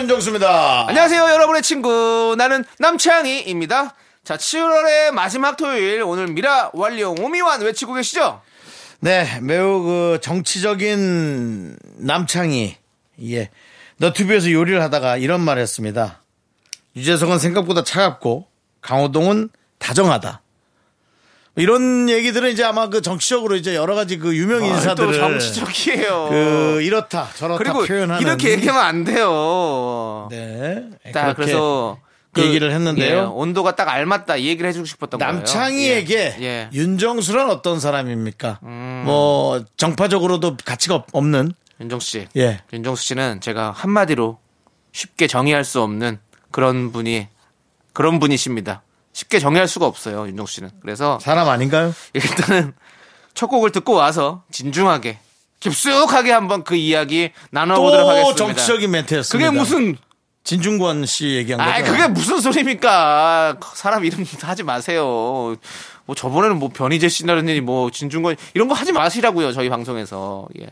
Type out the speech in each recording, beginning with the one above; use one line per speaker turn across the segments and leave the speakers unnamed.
윤정수입니다.
안녕하세요, 여러분의 친구. 나는 남창희입니다. 자, 7월의 마지막 토요일, 오늘 미라, 완룡, 오미완 외치고 계시죠?
네 매우 그 정치적인 남창이 예 너튜브에서 요리를 하다가 이런 말했습니다. 유재석은 생각보다 차갑고 강호동은 다정하다. 뭐 이런 얘기들은 이제 아마 그 정치적으로 이제 여러 가지 그 유명 인사들을
아, 또 정치적이에요.
그 이렇다 저렇다
그리고
표현하는
이렇게 얘기하면 안 돼요.
네.
딱
그렇게
그래서
얘기를 했는데요.
예, 온도가 딱 알맞다 이 얘기를 해주고 싶었던 거예요.
남창희에게
예, 음. 예.
윤정수란 어떤 사람입니까? 뭐 정파적으로도 가치가 없- 없는
윤정수 씨,
예.
윤정수 씨는 제가 한마디로 쉽게 정의할 수 없는 그런 분이 그런 분이십니다. 쉽게 정의할 수가 없어요, 윤정수 씨는. 그래서
사람 아닌가요?
일단은 첫 곡을 듣고 와서 진중하게 깊숙하게 한번 그 이야기 나눠보도록
또
하겠습니다.
정치적인 멘트였습니다.
그게 무슨
진중권 씨 얘기한 거죠?
아 그게 무슨 소리입니까? 아, 사람 이름 하지 마세요. 뭐 저번에는 뭐 변희재 씨라든지 뭐 진중권 이런 거 하지 마시라고요 저희 방송에서. 예.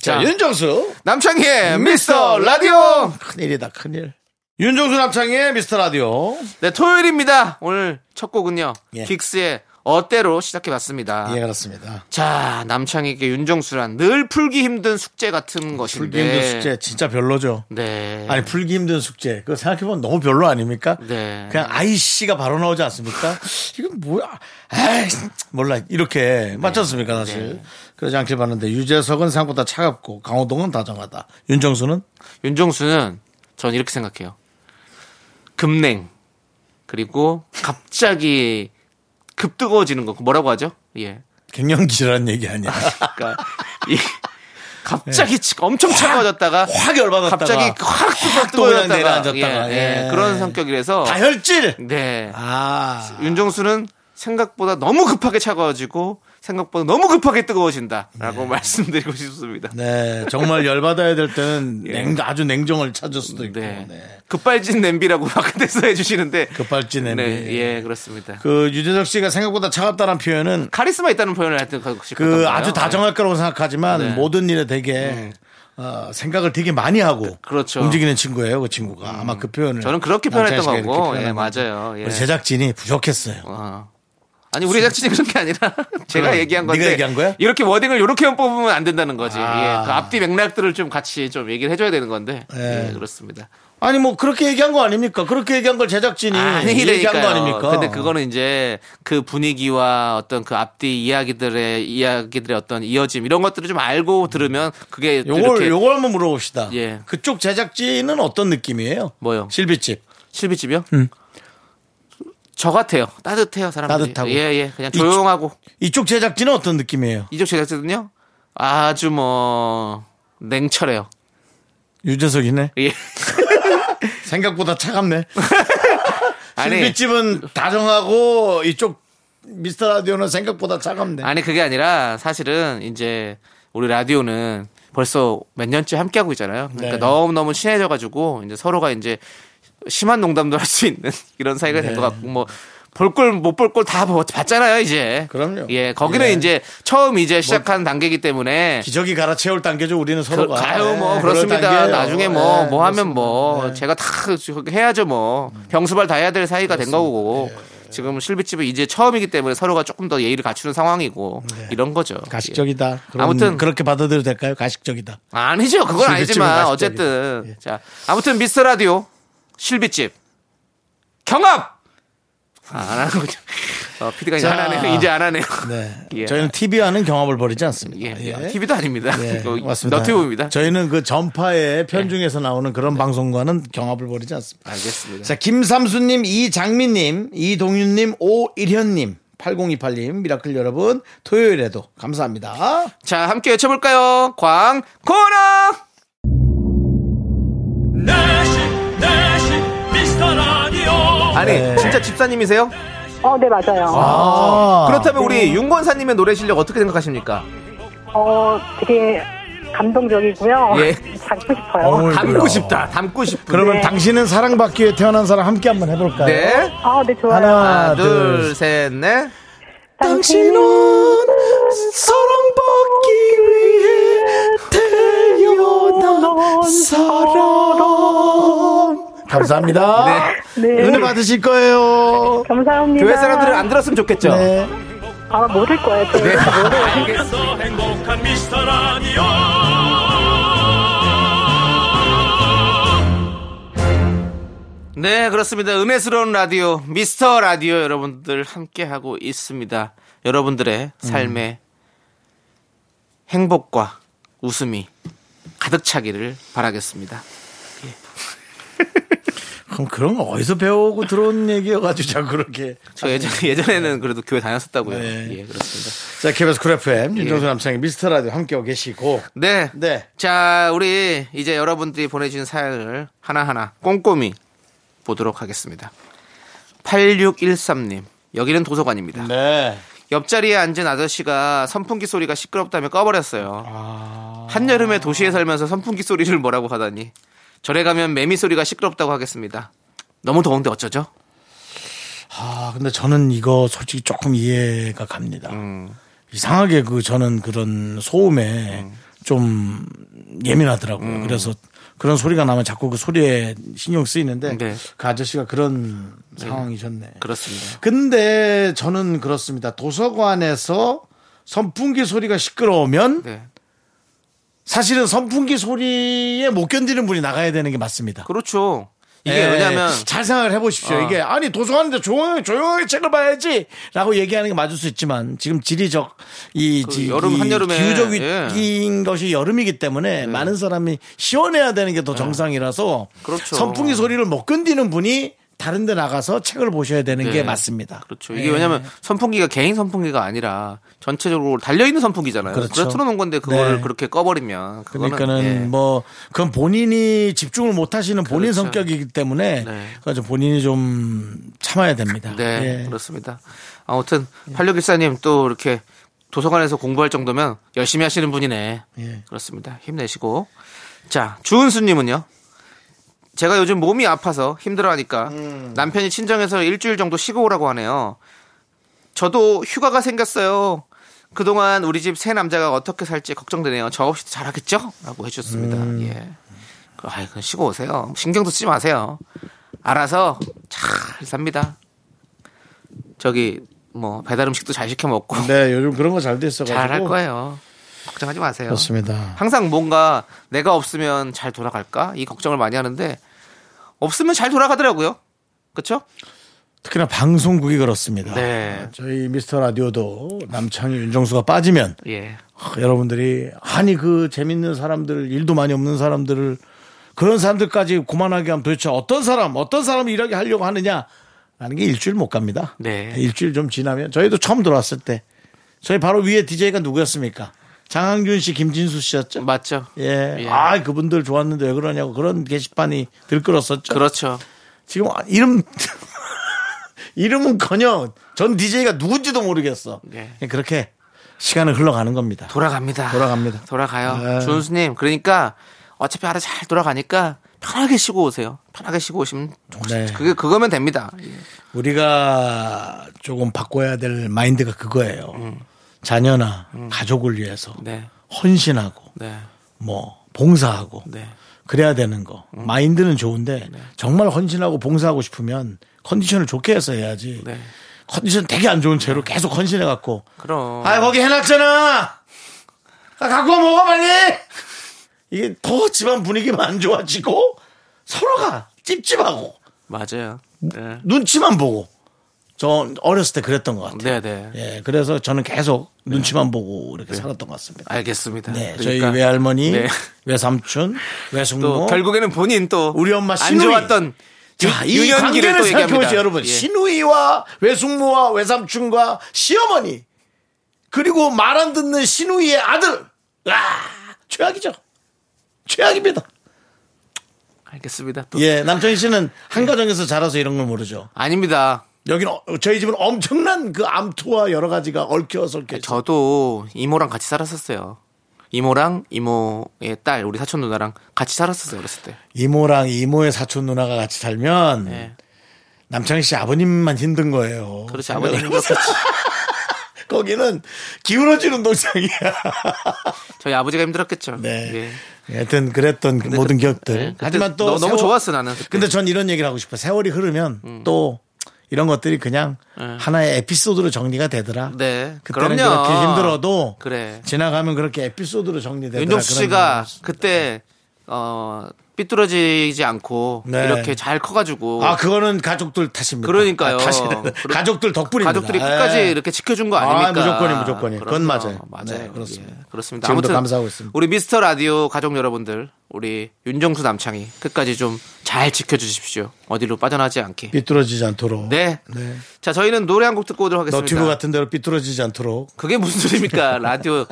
자,
자,
윤정수
남창희의 미스터 라디오.
큰일이다 큰일. 윤정수 남창희의 미스터 라디오.
네 토요일입니다. 오늘 첫 곡은요
예.
긱스의 어때로 시작해봤습니다.
예 그렇습니다.
자 남창희에게 윤정수란 늘 풀기 힘든 숙제 같은 것인데.
풀기 힘든 숙제 진짜 별로죠.
네.
아니 풀기 힘든 숙제 그거 생각해보면 너무 별로 아닙니까?
네.
그냥 아이씨가 바로 나오지 않습니까? 이건 뭐야? 에이, 몰라. 이렇게
네.
맞췄습니까, 사실. 그러지 않길 바라는데 유재석은 생각보다 차갑고 강호동은 다정하다. 윤정수는
윤정수는 전 이렇게 생각해요. 급냉 그리고 갑자기 급뜨거워지는 거 뭐라고 하죠? 예.
갱년기라는 얘기 아니야.
그러니까 이 갑자기 치- 엄청 차가워졌다가
예. 확 열받았다가
갑자기 확
또 그냥
뜨거워졌다가
내려앉았다가.
예, 예.
예.
그런 성격이라서
다혈질.
네.
아.
윤정수는 생각보다 너무 급하게 차가워지고 생각보다 너무 급하게 뜨거워진다라고 말씀드리고 싶습니다.
예. 네, 정말 열받아야 될 때는 냉, 아주 냉정을 찾을 수도 있고.
예. 네.
네.
급발진 냄비라고 바깥에서 해주시는데
급발진 냄비.
네, 예, 그렇습니다. 그
그 유재석 씨가 생각보다 차갑다는 표현은
카리스마 있다는 표현을 하여튼 갖고 싶었던
그
거예요.
아주 다정할 거라고 생각하지만
네. 음.
모든 일에 되게 어, 생각을 되게 많이 하고
그렇죠. 음.
움직이는 친구예요. 그 친구가 아마 그 표현을
저는 그렇게 표현했던
남창희 씨가
거고,
이렇게
예,
표현하면
맞아요. 예.
우리 제작진이 부족했어요.
어. 아니 우리 작진이 그런 게 아니라 제가
그럼
얘기한
네가
건데
얘기한 거야?
이렇게 워딩을 이렇게만 뽑으면 안 된다는 거지.
아.
예, 그 앞뒤 맥락들을 좀 같이 좀 얘기를 해줘야 되는 건데
예.
예, 그렇습니다.
아니 뭐 그렇게 얘기한 거 아닙니까? 그렇게 얘기한 걸 제작진이 얘기한 거 아닙니까?
아, 근데 그거는 이제 그 분위기와 어떤 그 앞뒤 이야기들의 이야기들의 어떤 이어짐 이런 것들을 좀 알고 들으면 그게 또
요걸
이렇게
요걸 한번 물어봅시다.
예.
그쪽 제작진은 어떤 느낌이에요?
뭐요?
실비집
실비집이요? 저 같아요. 따뜻해요, 사람들이.
따뜻하고.
예, 예. 그냥 조용하고.
이쪽 제작진은 어떤 느낌이에요?
이쪽 제작진은요? 아주 뭐, 냉철해요.
유재석이네.
예.
생각보다 차갑네.
아니,
실비집은 다정하고 이쪽 미스터 라디오는 생각보다 차갑네.
아니, 그게 아니라 사실은 이제 우리 라디오는 벌써 몇 년째 함께하고 있잖아요. 그러니까
네.
너무너무 친해져가지고 이제 서로가 이제 심한 농담도 할 수 있는 이런 사이가
네.
된 것 같고 뭐, 볼 걸 못 볼 걸 다 봤잖아요, 이제.
그럼요. 뭐
예, 거기는
예.
이제 처음 이제 시작한 단계이기 때문에
기저귀 갈아채울 단계죠. 우리는
그,
서로가.
가요 뭐
네,
그렇습니다.
그럴 단계예요.
나중에 뭐 뭐
네,
하면
그렇습니다.
뭐
네.
제가 다 저기 해야죠 뭐 병수발 다 해야 될 사이가 된 거고
네.
지금 실비집은 이제 처음이기 때문에 서로가 조금 더 예의를 갖추는 상황이고 이런 거죠.
네. 가식적이다. 아무튼
아무튼-
그렇게 받아들여도 될까요? 가식적이다.
예. 아니죠 그건
실비집은 예.
아니지만
가식적이다.
어쨌든 자 아무튼 미스 라디오 실비집 경합 아, 안 하는군요. 어, 피디가 이제
자.
안 하네요. 이제 안 하네요.
네.
예.
저희는 TV와는 경합을 벌이지 않습니다.
예,
예.
TV도 아닙니다.
예,
이거
맞습니다.
너튜브입니다. 예. 네.
저희는 그 전파의 편중에서 나오는 그런 방송과는 경합을 벌이지 않습니다.
알겠습니다.
자, 김삼수님, 이장민님, 이동윤님, 오일현님, 8028님, 미라클 여러분, 토요일에도 감사합니다.
자, 함께 외쳐볼까요? 광, 고너!
내시 내시
아니
네.
진짜 집사님이세요?
어, 네, 맞아요.
아.
그렇다면 우리 윤권사님의 노래 실력 어떻게 생각하십니까?
어, 되게 감동적이고요.
예.
담고 싶어요.
어우,
담고
그래요.
싶다. 담고 싶다.
그러면
네.
당신은 사랑받기 위해 태어난 사람 함께 한번 해볼까요?
네.
아, 네, 좋아요.
하나,
하나, 둘,
둘,
셋, 넷.
당신은
사랑받기 위해 태어난 사람. 감사합니다.
네.
은혜 받으실 거예요.
감사합니다.
교회 사람들은 안 들었으면 좋겠죠?
네.
아마 모를 거예요. 또.
네.
더 행복한 미스터 라디오
네, 그렇습니다. 은혜스러운 라디오, 미스터 라디오 여러분들 함께하고 있습니다. 여러분들의 삶에 행복과 웃음이 가득 차기를 바라겠습니다.
그럼 그런 거 어디서 배우고 들어온 얘기여가지고 자꾸 그렇게.
저 예전, 예전에는 그래도 교회 다녔었다고요.
네.
예, 그렇습니다.
자, KBS 쿨 FM,
예.
윤정수 남창의 미스터 라디오 함께하고 계시고.
네.
네.
자, 우리 이제 여러분들이 보내주신 사연을 하나하나 꼼꼼히 보도록 하겠습니다. 8613님, 여기는 도서관입니다.
네.
옆자리에 앉은 아저씨가 선풍기 소리가 시끄럽다며 꺼버렸어요. 한여름에 도시에 살면서 선풍기 소리를 뭐라고 하다니. 절에 가면 매미 소리가 시끄럽다고 하겠습니다. 너무 더운데 어쩌죠?
아, 근데 저는 이거 솔직히 조금 이해가 갑니다.
음.
이상하게 그 저는 그런 소음에 좀 예민하더라고요.
음.
그래서 그런 소리가 나면 자꾸 그 소리에 신경 쓰이는데
네.
그 아저씨가 그런 상황이셨네.
그렇습니다.
근데 저는 그렇습니다. 도서관에서 선풍기 소리가 시끄러우면
네.
사실은 선풍기 소리에 못 견디는 분이 나가야 되는 게 맞습니다.
그렇죠. 이게
예,
왜냐면 어.
잘 생각을 해보십시오. 이게 아니 도서관인데 조용히 조용하게 책을 봐야지라고 얘기하는 게 맞을 수 있지만 지금 지리적 이
그
지-
여름,
이
한여름에,
기후적
예. 네.
위기인 것이 여름이기 때문에 많은 사람이 시원해야 되는 게 더 정상이라서
그렇죠.
선풍기 소리를 못 견디는 분이 다른데 나가서 책을 보셔야 되는
네.
게 맞습니다. 예.
그렇죠. 이게 왜냐면 선풍기가 개인 선풍기가 아니라 전체적으로 달려있는 선풍기잖아요. 그래서
그렇죠.
틀어놓은 건데 그거를
네.
그렇게 꺼버리면 그거는,
그러니까는
예.
뭐 그건 본인이 집중을 못 하시는 본인
그렇죠.
성격이기 때문에
네.
그건 좀 본인이 좀 참아야 됩니다.
네,
예.
그렇습니다. 아무튼 8614님 또 이렇게 도서관에서 공부할 정도면 열심히 하시는 분이네.
예.
그렇습니다. 힘내시고. 자, 주은수님은요. 제가 요즘 몸이 아파서 힘들어하니까
음.
남편이 친정에서 일주일 정도 쉬고 오라고 하네요. 저도 휴가가 생겼어요. 그동안 우리 집 새 남자가 어떻게 살지 걱정되네요. 저 없이도 잘하겠죠? 라고 해주셨습니다.
음.
예. 그, 아이, 그 쉬고 오세요. 신경도 쓰지 마세요. 알아서 잘 삽니다. 저기, 뭐, 배달 음식도 잘 시켜 먹고.
네, 요즘 그런 거 잘 돼 있어가지고
잘 할 거예요. 걱정하지 마세요.
그렇습니다.
항상 뭔가 내가 없으면 잘 돌아갈까? 이 걱정을 많이 하는데, 없으면 잘 돌아가더라고요. 그쵸?
특히나 방송국이 그렇습니다.
네.
저희 미스터 라디오도 남창희 윤정수가 빠지면
예.
아, 여러분들이 아니 그 재밌는 사람들 일도 많이 없는 사람들을 그런 사람들까지 고만하게 하면 도대체 어떤 사람 어떤 사람을 일하게 하려고 하느냐 라는 게 일주일 못 갑니다.
네.
일주일 좀 지나면 저희도 처음 들어왔을 때 저희 바로 위에 DJ가 누구였습니까? 장항균 씨, 김진수 씨였죠.
맞죠?
예.
예.
아, 그분들 좋았는데 왜 그러냐고 그런 게시판이 들끓었었죠.
그렇죠.
지금 아- 이름 이름은커녕 전 DJ가 누군지도 모르겠어.
네.
그냥 그렇게 시간은 흘러가는 겁니다.
돌아갑니다.
돌아갑니다.
돌아가요.
네.
준수님, 그러니까 어차피 알아 잘 돌아가니까 편하게 쉬고 오세요. 편하게 쉬고 오시면
네.
그게 그거면 됩니다. 예.
우리가 조금 바꿔야 될 마인드가 그거예요. 자녀나 가족을 위해서
음. 네.
헌신하고
네.
뭐 봉사하고
네. 음.
그래야 되는 거. 마인드는 좋은데 정말 헌신하고 봉사하고 싶으면 컨디션을 좋게 해서 해야지.
네.
컨디션 되게 안 좋은 채로 계속 헌신해 갖고
그럼.
아 거기 해놨잖아. 아, 갖고 와 먹어 빨리. 이게 더 집안 분위기만 안 좋아지고 서로가 찝찝하고
맞아요. 네.
눈치만 보고 저 어렸을 때 그랬던 것 같아요.
네, 네.
예, 그래서 저는 계속 눈치만 보고 이렇게 살았던 것 같습니다.
알겠습니다.
네,
아, 그러니까
저희 외할머니,
네.
외삼촌,
또
외숙모,
결국에는 본인 또
우리 엄마
안
신우이.
좋았던
자,
유-
이
유년기를
관계를
또
살펴보죠,
얘기합니다.
여러분.
예.
시누이와 외숙모와 외삼촌과 시어머니 그리고 말 안 듣는 시누이의 아들. 아, 최악이죠. 최악입니다.
알겠습니다. 또.
예, 남창희 씨는 한가정에서 자라서 이런 걸 모르죠.
아닙니다.
여기는 어- 저희 집은 엄청난 그 암투와 여러 가지가 얽혀서 이렇게
저도 이모랑 같이 살았었어요. 이모랑 이모의 딸 우리 사촌 누나랑 같이 살았었어요 어렸을 때.
이모랑 이모의 사촌 누나가 같이 살면
예.
남창희 씨 아버님만 힘든 거예요.
그렇지 아버님
생각을 해보세요.
힘들었겠지.
거기는 기울어지는 동상이야.
저희 아버지가 힘들었겠죠.
네.
예.
하여튼 그랬던 그 모든 기억들.
네, 그때
하지만 또
너- 너무 좋았어, 나는 그때. 음.
근데 전 이런 얘기를 하고 싶어. 세월이 흐르면 또 이런 것들이 그냥 하나의 에피소드로 정리가 되더라.
예. 네.
그때는
그럼요.
그렇게 힘들어도
그래.
지나가면 그렇게 에피소드로 정리되더라.
윤종수
그런
씨가
얘기를
그때 어 삐뚤어지지 않고
네.
이렇게 잘 커가지고
아 그거는 가족들 탓입니다.
뭐 그러니까요.
아, 탓이래.
그리고
가족들 덕분입니다.
가족들이 끝까지
예.
이렇게 지켜준 거
아,
아닙니까?
무조건이, 무조건이. 그건
그럼요.
맞아요.
맞아요.
네, 그렇습니다.
예, 그렇습니다.
지금도
아무튼
감사하고 있습니다.
우리 미스터 라디오 가족 여러분들, 우리 윤정수 남창이 끝까지 좀 잘 지켜주십시오. 어디로 빠져나지 않게.
삐뚤어지지 않도록.
네. 자, 저희는 노래 한 곡 듣고 오도록 하겠습니다.
너튜브 같은 데로 삐뚤어지지 않도록.
그게 무슨 소리입니까? 라디오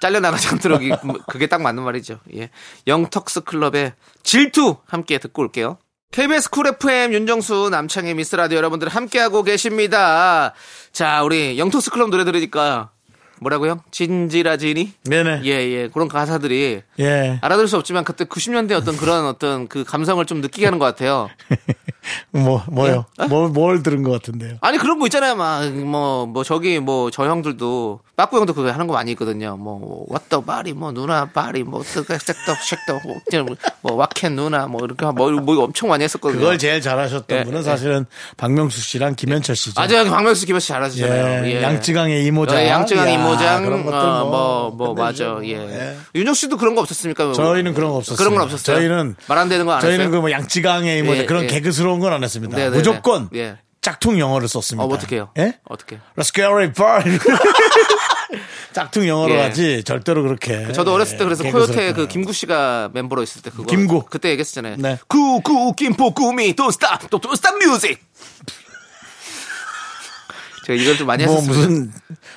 잘려나가지 않도록 이- 그게 딱 맞는 말이죠. 예. 영턱스 클럽의 질투 함께 듣고 올게요. KBS 쿨 FM 윤정수 남창희 미스 라디오 여러분들 함께하고 계십니다. 자, 우리 영턱스 클럽 노래 들으니까 뭐라고요? 진지라지니?
네네.
예, 예. 그런 가사들이
예.
알아들 수 없지만 그때 90년대 어떤 그런 어떤 그 감성을 좀 느끼게 하는 것 같아요.
뭐 뭐요?
예. 아.
뭘, 뭘 들은 것 같은데요?
아니 그런 거 있잖아요. 막 뭐 뭐 저기 뭐 저 형들도 빠꾸 형도 그거 하는 거 많이 있거든요. 뭐 왓더 바리 뭐 누나 바리 뭐 쓱싹떡 쉑떡 뭐 그냥 뭐 왓캔 누나 뭐 이렇게 뭐, 뭐 이거 엄청 많이 했었거든요.
그걸 제일 잘하셨던
예,
분은
예.
사실은 박명수 씨랑 김현철 씨죠.
맞아요. 박명수 김현 씨 잘하시잖아요.
예, 양쯔강의 이모장.
예, 양쯔강
이야,
이모장
그런 것들
어,
뭐
뭐, 뭐, 맞아.
끝내주죠,
예.
뭐. 예.
윤정 씨도 그런 거 없었습니까?
저희는 그런 거 없었어요.
그런 건 없었어요.
저희는
말 안 되는 거 안 했어요.
저희는 그 뭐 양쯔강의 이모장
예,
그런
예.
개그스러운 건 안 했습니다.
네, 네, 네.
무조건
예.
짝퉁 영어를 썼습니다.
어, 어떻게요?
예?
어떻게?
Let's get it, boy. 짝퉁 영어로
예.
하지 절대로 그렇게.
저도 어렸을 때 그래서
예,
코요태 그
개그스럽다.
김구 씨가 멤버로 있을 때 그거
김구.
그때 얘기했잖아요.
네.
구구 김포 구미 돈 스타 또 돈스타 뮤직. 제가 이걸 좀 많이
뭐
했었어요.
무슨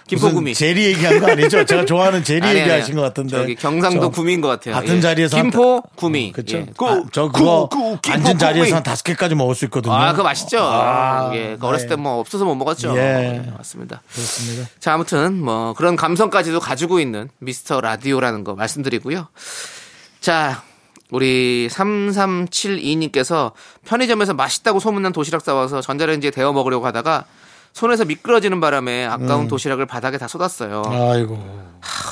김포구미.
무슨 제리 얘기한 거 아니죠? 제가 좋아하는 제리
아니, 아니,
얘기하신
아니.
것 같은데.
저기 경상도
저
구미인 것 같아요.
같은
예.
자리에서
김포
한-
구미.
그쵸?
예.
아,
구,
저 그거
구, 구, 김포
앉은 자리에서
구미.
한 다섯 개까지 먹을 수 있거든요.
아, 그거 맛있죠.
아,
예, 그
네.
어렸을 때 뭐 없어서 못 먹었죠.
예.
예, 맞습니다.
그렇습니다.
자, 아무튼 뭐 그런 감성까지도 가지고 있는 미스터 라디오라는 거 말씀드리고요. 자, 우리 3372님께서 편의점에서 맛있다고 소문난 도시락 싸와서 전자레인지에 데워 먹으려고 하다가 손에서 미끄러지는 바람에 아까운 도시락을 바닥에 다 쏟았어요.
아이고.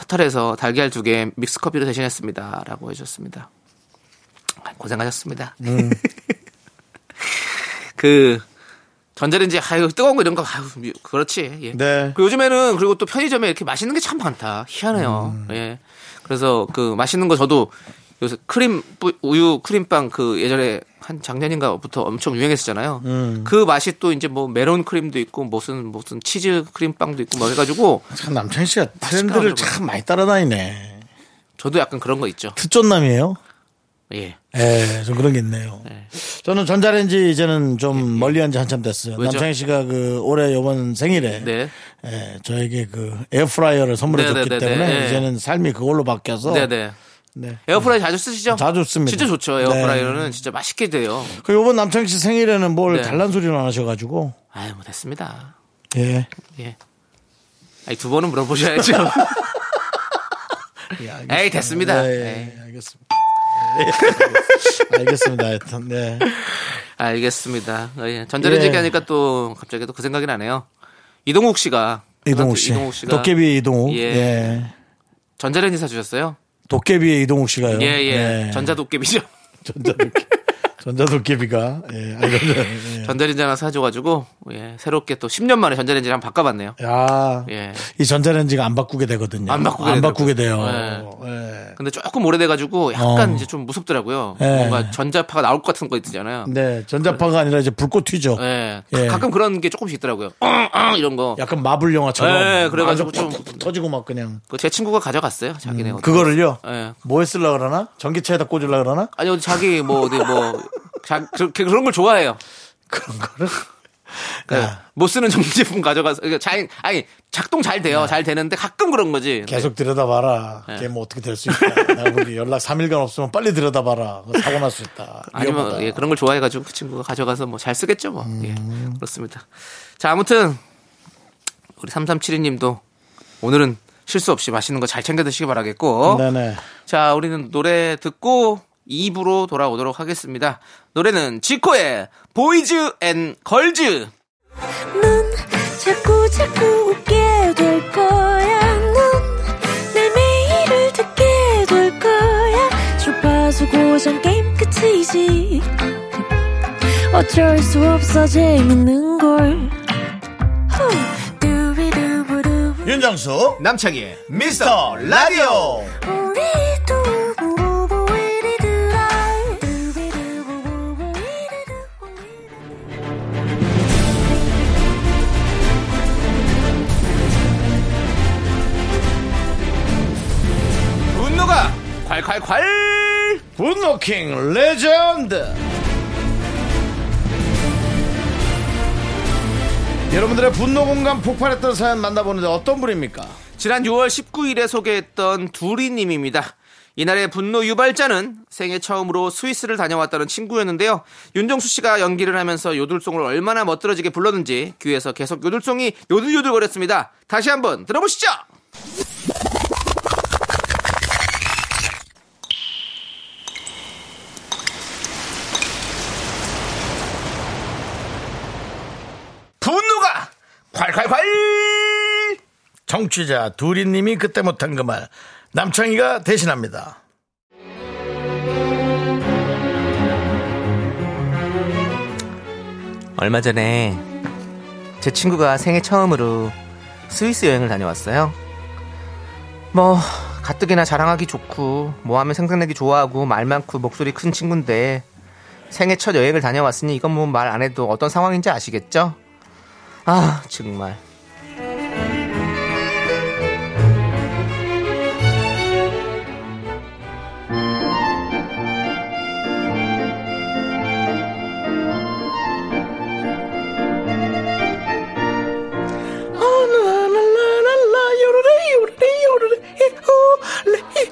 허탈해서 달걀 두 개 믹스커피로 대신했습니다. 라고 해주셨습니다. 아, 고생하셨습니다. 그, 전자레인지, 아유, 뜨거운 거 이런 거, 아유, 미- 그렇지. 예.
네.
그 요즘에는 그리고 또 편의점에 이렇게 맛있는 게 참 많다. 희한해요. 예. 그래서 그 맛있는 거 저도 요새 크림, 뿌- 우유 크림빵 그 예전에 한 작년인가부터 엄청 유행했었잖아요. 그 맛이 또 이제 뭐 메론 크림도 있고 무슨 무슨 치즈 크림빵도 있고 뭐 해가지고
참 남창희 씨가
맛있게
트렌드를 참 많이 따라다니네.
저도 약간 그런 거 있죠.
특존남이에요?
예.
예, 좀 그런 게 있네요. 저는 전자레인지 이제는 좀 멀리한 지 한참 됐어요.
예, 왜죠?
남창희 씨가 그 올해 요번 생일에
네.
예, 저에게 그 에어프라이어를 선물해 줬기
네네네네.
때문에
예.
이제는 삶이 그걸로 바뀌어서
네네.
네.
에어프라이 자주 쓰시죠?
자주 씁니다. 네.
진짜 좋죠. 에어프라이어는 진짜 맛있게 돼요.
그 요번 남창희 씨 생일에는 뭘
네.
달란 소리를 안 하셔가지고
아유, 뭐 됐습니다.
예.
예. 아니, 두 번은 물어보셔야죠. 에이, 됐습니다.
예,
에이,
예, 알겠습니다. 예, 알겠습니다. 하여튼, 네.
알겠습니다. 예. 전자레인지
예.
얘기하니까 또 갑자기 또 그 생각이 나네요. 이동욱 씨가. 아,
이동욱 씨.
이동욱 씨가
도깨비 이동욱.
예.
예.
전자레인지 사주셨어요?
도깨비의 이동욱 씨가요.
예, 예.
예.
전자도깨비죠.
전자도깨비. 전자도깨비가. 예. 아니, 전자- 예.
전자레인지 하나 사줘가지고, 예. 새롭게 또 10년 만에 전자레인지를 한번 바꿔봤네요.
야.
예.
이 전자레인지가 안 바꾸게 되거든요.
안 바꾸게
돼요.
되더라고요.
예.
네. 근데 조금 오래돼가지고 약간
어.
이제 좀 무섭더라고요.
예.
뭔가 전자파가 나올 것 같은 거 있잖아요.
네. 전자파가 아니라 이제 불꽃 튀죠.
그- 예.
예.
가끔 그런 게 조금씩 있더라고요. 엉, 엉 이런 거.
약간 마블 영화처럼.
예, 그래가지고
아주 푹
좀-
푹 터지고 막 그냥.
그제 친구가 가져갔어요. 자기네. 어떤-
음, 그거를요?
예.
뭐에 쓰려 그러나? 전기차에다 꽂으려 그러나?
아니 어디 자기 뭐 어디 뭐 자, 그렇게 그런 걸 좋아해요.
그런 거를
네.
아.
그러니까 못 쓰는 정제품 가져가서 그러니까 잘 아니 작동 잘 돼요.
네.
잘 되는데 가끔 그런 거지.
계속 들여다봐라.
네.
걔 뭐 어떻게 될 수 있다. 나 우리 연락 3일간 없으면 빨리 들여다봐라. 그거 사고 날 수 있다.
아니면
위험하다.
예, 그런 걸 좋아해가지고 그 친구가 가져가서 뭐 잘 쓰겠죠 뭐 예,
음.
그렇습니다 자 아무튼 우리 3372님도 오늘은 실수 없이 맛있는 거 잘 챙겨 드시기 바라겠고
네네.
자 우리는 노래 듣고 2부로 돌아오도록 하겠습니다 노래는 지코의 보이즈 앤 걸즈
넌 자꾸 자꾸 웃게 될 거야. 넌내 매일을 듣게 될 거야. 주파수 고정 게임 끝이지. 어쩔 수 없어 재밌는 걸. 후. 두비두부두.
윤정수
네. 남창희의
미스터 라디오.
우리 두부부부 우리 두라. 두비두부부부 우리 두부부.
분노가 콸콸콸
분노킹 레전드 여러분들의 분노 공간 폭발했던 사연 만나보는데 어떤 분입니까?
지난 6월 19일에 소개했던 두리님입니다. 이날의 분노 유발자는 생애 처음으로 스위스를 다녀왔다는 친구였는데요. 윤정수 씨가 연기를 하면서 요들송을 얼마나 멋들어지게 불렀는지 귀에서 계속 요들송이 요들요들거렸습니다. 다시 한번 들어보시죠. 분노가 콸콸콸!
정취자 두리님이 그때 못한 그 말 남창희가 대신합니다.
얼마 전에 제 친구가 생애 처음으로 스위스 여행을 다녀왔어요. 뭐 가뜩이나 자랑하기 좋고 뭐 하면 생각내기 좋아하고 말 많고 목소리 큰 친구인데 생애 첫 여행을 다녀왔으니 이건 뭐 말 안 해도 어떤 상황인지 아시겠죠? 아 정말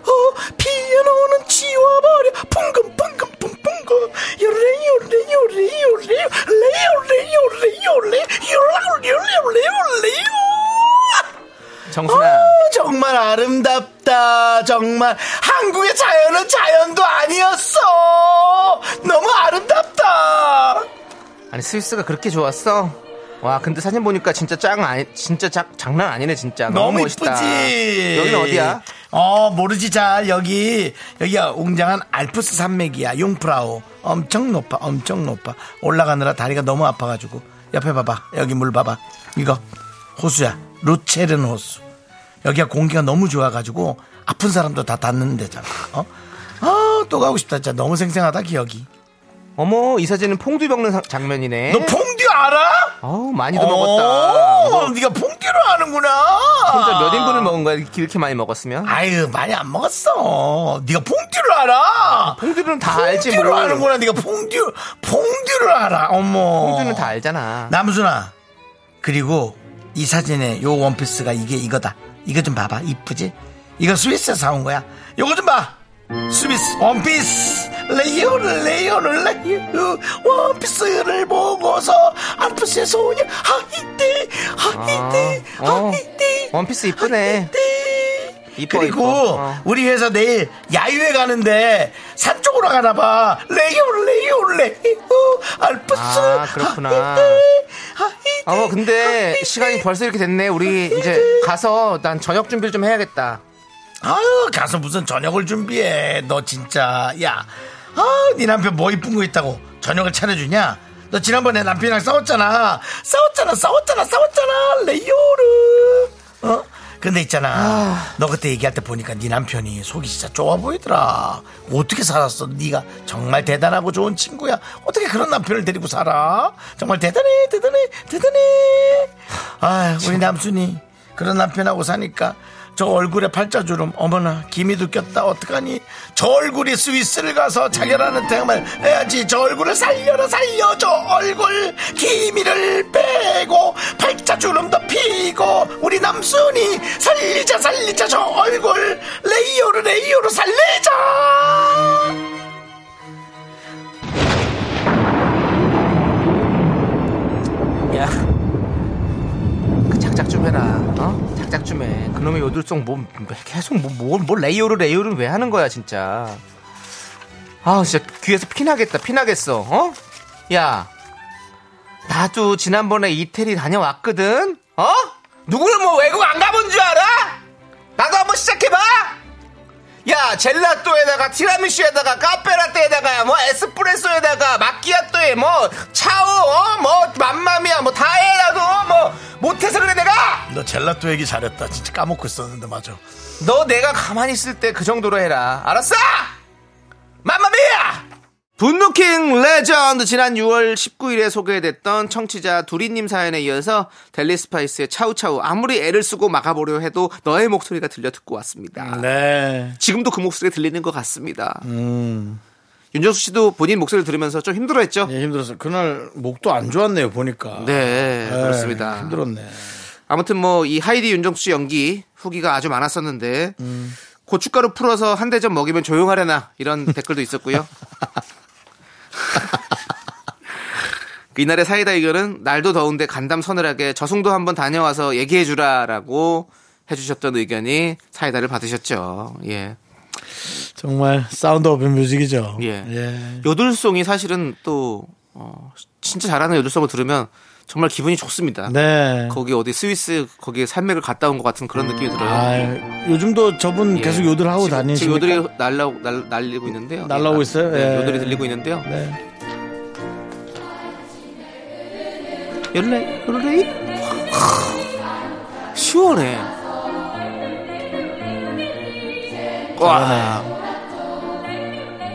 어,
정순아
정말 아름답다. 정말 한국의 자연은 자연도 아니었어. 너무 아름답다.
아니 스위스가 그렇게 좋았어? 와 근데 사진 보니까 진짜 짱 아니 진짜 짝- 장난 아니네 진짜 너무,
너무
멋있다.
이쁘지.
여기는 어디야?
어 모르지 잘 여기 여기야 웅장한 알프스 산맥이야 용프라우 엄청 높아 엄청 높아 올라가느라 다리가 너무 아파가지고 옆에 봐봐 여기 물 봐봐 이거 호수야 루체른 호수 여기가 공기가 너무 좋아가지고 아픈 사람도 다 닿는 데잖아 어? 아또 가고 싶다 진짜 너무 생생하다 기억이
어머 이 사진은 퐁듀 먹는 사- 장면이네.
너 퐁듀 알아?
어우 많이도 먹었다. 뭐
어, 네가 퐁듀를 아는구나
혼자 몇 인분을 먹은 거야 이렇게, 이렇게 많이 먹었으면?
아유 많이 안 먹었어. 네가 퐁듀를 알아.
퐁듀는 다 알지
퐁듀를
뭘.
아는구나. 네가 퐁듀 퐁듀를 알아. 어머.
퐁듀는 다 알잖아.
남순아. 그리고 이 사진에 요 원피스가 이게 이거다. 이거 좀 봐봐. 이쁘지? 이거 스위스에서 사온 거야. 요거 좀 봐. 스위스 원피스 레이어를 레이어를 레이어 원피스를 보고서 알프스에서 오냐 하이티 하이티
아, 어.
하이티
원피스 이쁘네. 이뻐,
그리고
이뻐. 어.
우리 회사 내일 야유회 가는데 산 쪽으로 가나 봐. 레이오 레이오 레이오 알프스.
아, 그렇구나. 어 근데 시간이 벌써 이렇게 됐네. 우리 이제 가서 난 저녁 준비를 좀 해야겠다.
아유 가서 무슨 저녁을 준비해. 너 진짜 야. 아네 남편 뭐 이쁜 거 있다고 저녁을 차려주냐? 너 지난번에 남편이랑 싸웠잖아. 싸웠잖아 싸웠잖아 싸웠잖아 레이오르. 어? 근데 있잖아. 너 그때 얘기할 때 보니까 네 남편이 속이 진짜 좁아 보이더라. 어떻게 살았어? 네가 정말 대단하고 좋은 친구야. 어떻게 그런 남편을 데리고 살아? 정말 대단해, 대단해, 대단해. 아, 우리 남순이
그런 남편하고 사니까 저 얼굴에 팔자주름 어머나 기미도 꼈다 어떡하니 저 얼굴이 스위스를 가서 자결하는 태양을 해야지 저 얼굴을 살려라 살려 저 얼굴 기미를 빼고 팔자주름도 피고 우리 남순이 살리자 살리자 저 얼굴 레이오르 레이오르 살리자
야, 그 작작 좀 해라. 어? 작작 좀 해. 그놈의 요들송 뭐 계속 뭐뭘 뭐, 레이오르 레이오르 왜 하는 거야 진짜. 아 진짜 귀에서 피나겠다 피나겠어. 어? 야, 나도 지난번에 이태리 다녀왔거든. 어? 누구는 뭐 외국 안 가본 줄 알아? 나도 한번 시작해봐. 야 젤라또에다가 티라미수에다가 카페라떼에다가 뭐 에스프레소에다가 마끼아또에 뭐 차오 어? 뭐 맘마미야 뭐 다해 나도 뭐 못해서 그래 내가
너 젤라또 얘기 잘했다. 진짜 까먹고 있었는데 맞아.
너 내가 가만히 있을 때 그 정도로 해라 알았어 맘마미야 분노킹 레전드 지난 6월 19일에 소개됐던 청취자 두리님 사연에 이어서 델리스파이스의 차우차우 아무리 애를 쓰고 막아보려 해도 너의 목소리가 들려 듣고 왔습니다
네
지금도 그 목소리 들리는 것 같습니다. 윤정수 씨도 본인 목소리를 들으면서 좀 힘들어했죠? 네,
음. 예, 힘들었어요 그날 목도 안 좋았네요 보니까
예,
그렇습니다.
네, 힘들었네
아무튼 뭐 이 하이디 윤정수 씨 연기 후기가 아주 많았었는데
음.
고춧가루 풀어서 한 대접 먹이면 조용하려나 이런 댓글도 있었고요. 그 이날의 사이다 의견은 날도 더운데 간담 서늘하게 저승도 한번 다녀와서 얘기해주라라고 해주셨던 의견이 사이다를 받으셨죠.
네.
예.
정말 사운드 오브 뮤직이죠.
예. 요들송이 사실은 또 어, 진짜 잘하는 요들송을 들으면 정말 기분이 좋습니다.
네.
거기 어디 스위스 거기에 산맥을 갔다 온 것 같은 그런 느낌이 들어요.
아, 요즘도 저분
예.
계속 요들 하고
지금- 지금
다니시니까
요들이 날라오, 날, 날리고 있는데요.
날라오고
예,
있어요?
네,
예.
요들이 들리고 있는데요.
네.
요래 요래 시원해. 와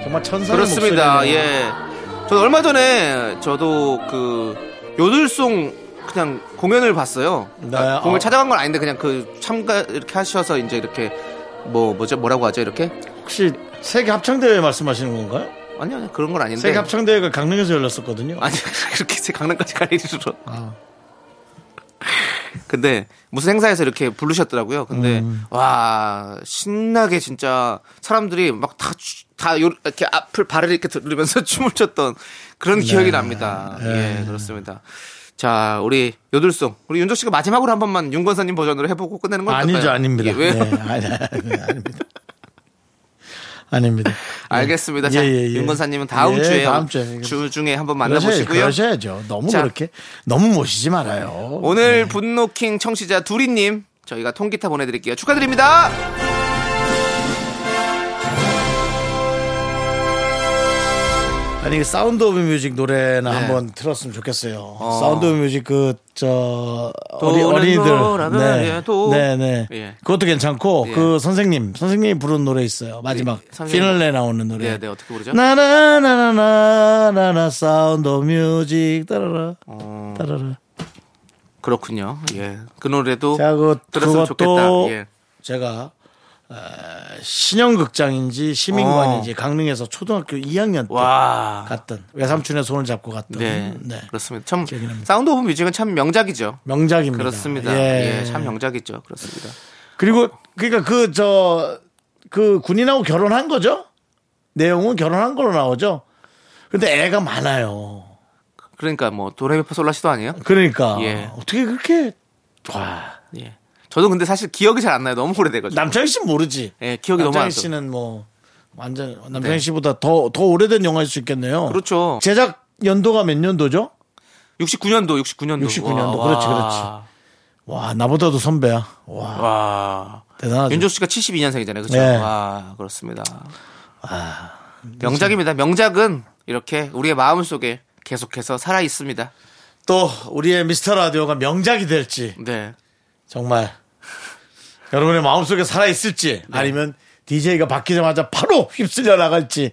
정말 천사의
그렇습니다.
목소리네요.
예. 저는 얼마 전에 저도 그 요들송 그냥 공연을 봤어요.
네,
아, 공연
어.
찾아간 건 아닌데 그냥 그 참가 이렇게 하셔서 이제 이렇게 뭐 뭐죠 뭐라고 하죠 이렇게
혹시 세계 합창 대회 말씀하시는 건가요?
아니요 아니요. 그런 건 아닌데
세계 합창 대회가 강릉에서 열렸었거든요.
네. 아니 그렇게 제 강남까지 갈 일이로.
아.
근데 무슨 행사에서 이렇게 부르셨더라고요. 근데
음.
와 신나게 진짜 사람들이 막 다 다 이렇게 앞을 발을 이렇게 들으면서 춤을 췄던
네.
그런 기억이 납니다. 예 그렇습니다. 자 우리 요들송 우리 윤조 씨가 마지막으로 한 번만 윤건사님 버전으로 해보고 끝내는 건
아니죠,
어떨까요?
아닙니다.
예, 왜요?
네, 아니, 아니, 아닙니다. 아닙니다.
알겠습니다. 자,
예, 예, 예.
윤건사님은 다음
예,
주에
다음 주에.
주 중에
그러셔야-
한번 만나보시고요.
그러셔야죠. 너무
자.
그렇게 너무 모시지 말아요.
오늘 분노킹 청취자 두리님 저희가 통기타 보내드릴게요. 축하드립니다.
아니 그 사운드 오브 뮤직 노래나
네.
한번 틀었으면 좋겠어요. 사운드 오브 뮤직 그, 그저 어리,
도는
어린이들
노라면
네.
예, 도.
네, 네.
예.
그것도 괜찮고
예.
그 선생님 선생님이 부른 노래 있어요. 마지막
예, 선생님.
피널레 나오는 노래.
네, 네 어떻게 부르죠?
나나나나나나 사운드 오브 뮤직 따라라
어.
따라라.
그렇군요. 예, 그 노래도
자, 그
들었으면
그것도
좋겠다. 예.
제가 어, 신형극장인지 시민관인지 강릉에서 초등학교 2학년 때
어. 와,
갔던 외삼촌의 손을 잡고 갔던
네,
네.
그렇습니다. 참 사운드 오브 뮤직은 참 명작이죠.
명작입니다.
그렇습니다. 예.
예.
참 명작이죠. 그렇습니다.
그리고 그러니까 그 저 그 군인하고 결혼한 거죠? 내용은 결혼한 걸로 나오죠. 근데 애가 많아요.
그러니까 뭐 도레미파솔라시도 아니에요?
그러니까
예.
어떻게 그렇게 와
예, 저도 근데 사실 기억이 잘 안 나요. 너무 오래돼가지고.
남창희 씨는 모르지.
예, 기억이 너무 안
남창희
나.
씨는 뭐 완전 남창희
네.
씨보다 더 더 오래된 영화일 수 있겠네요.
그렇죠.
제작 연도가 몇 년도죠?
69년도, 69년도.
69 년도. 그렇지, 와 나보다도 선배야. 와
와.
대단하죠.
윤조 씨가 72년생이잖아요. 그렇죠?
네. 아,
와, 그렇습니다. 명작입니다. 명작은 이렇게 우리의 마음속에 계속해서 살아 있습니다.
또 우리의 미스터 라디오가 명작이 될지
네.
정말 여러분의 마음속에 살아있을지
네.
아니면 DJ가 바뀌자마자 바로 휩쓸려 나갈지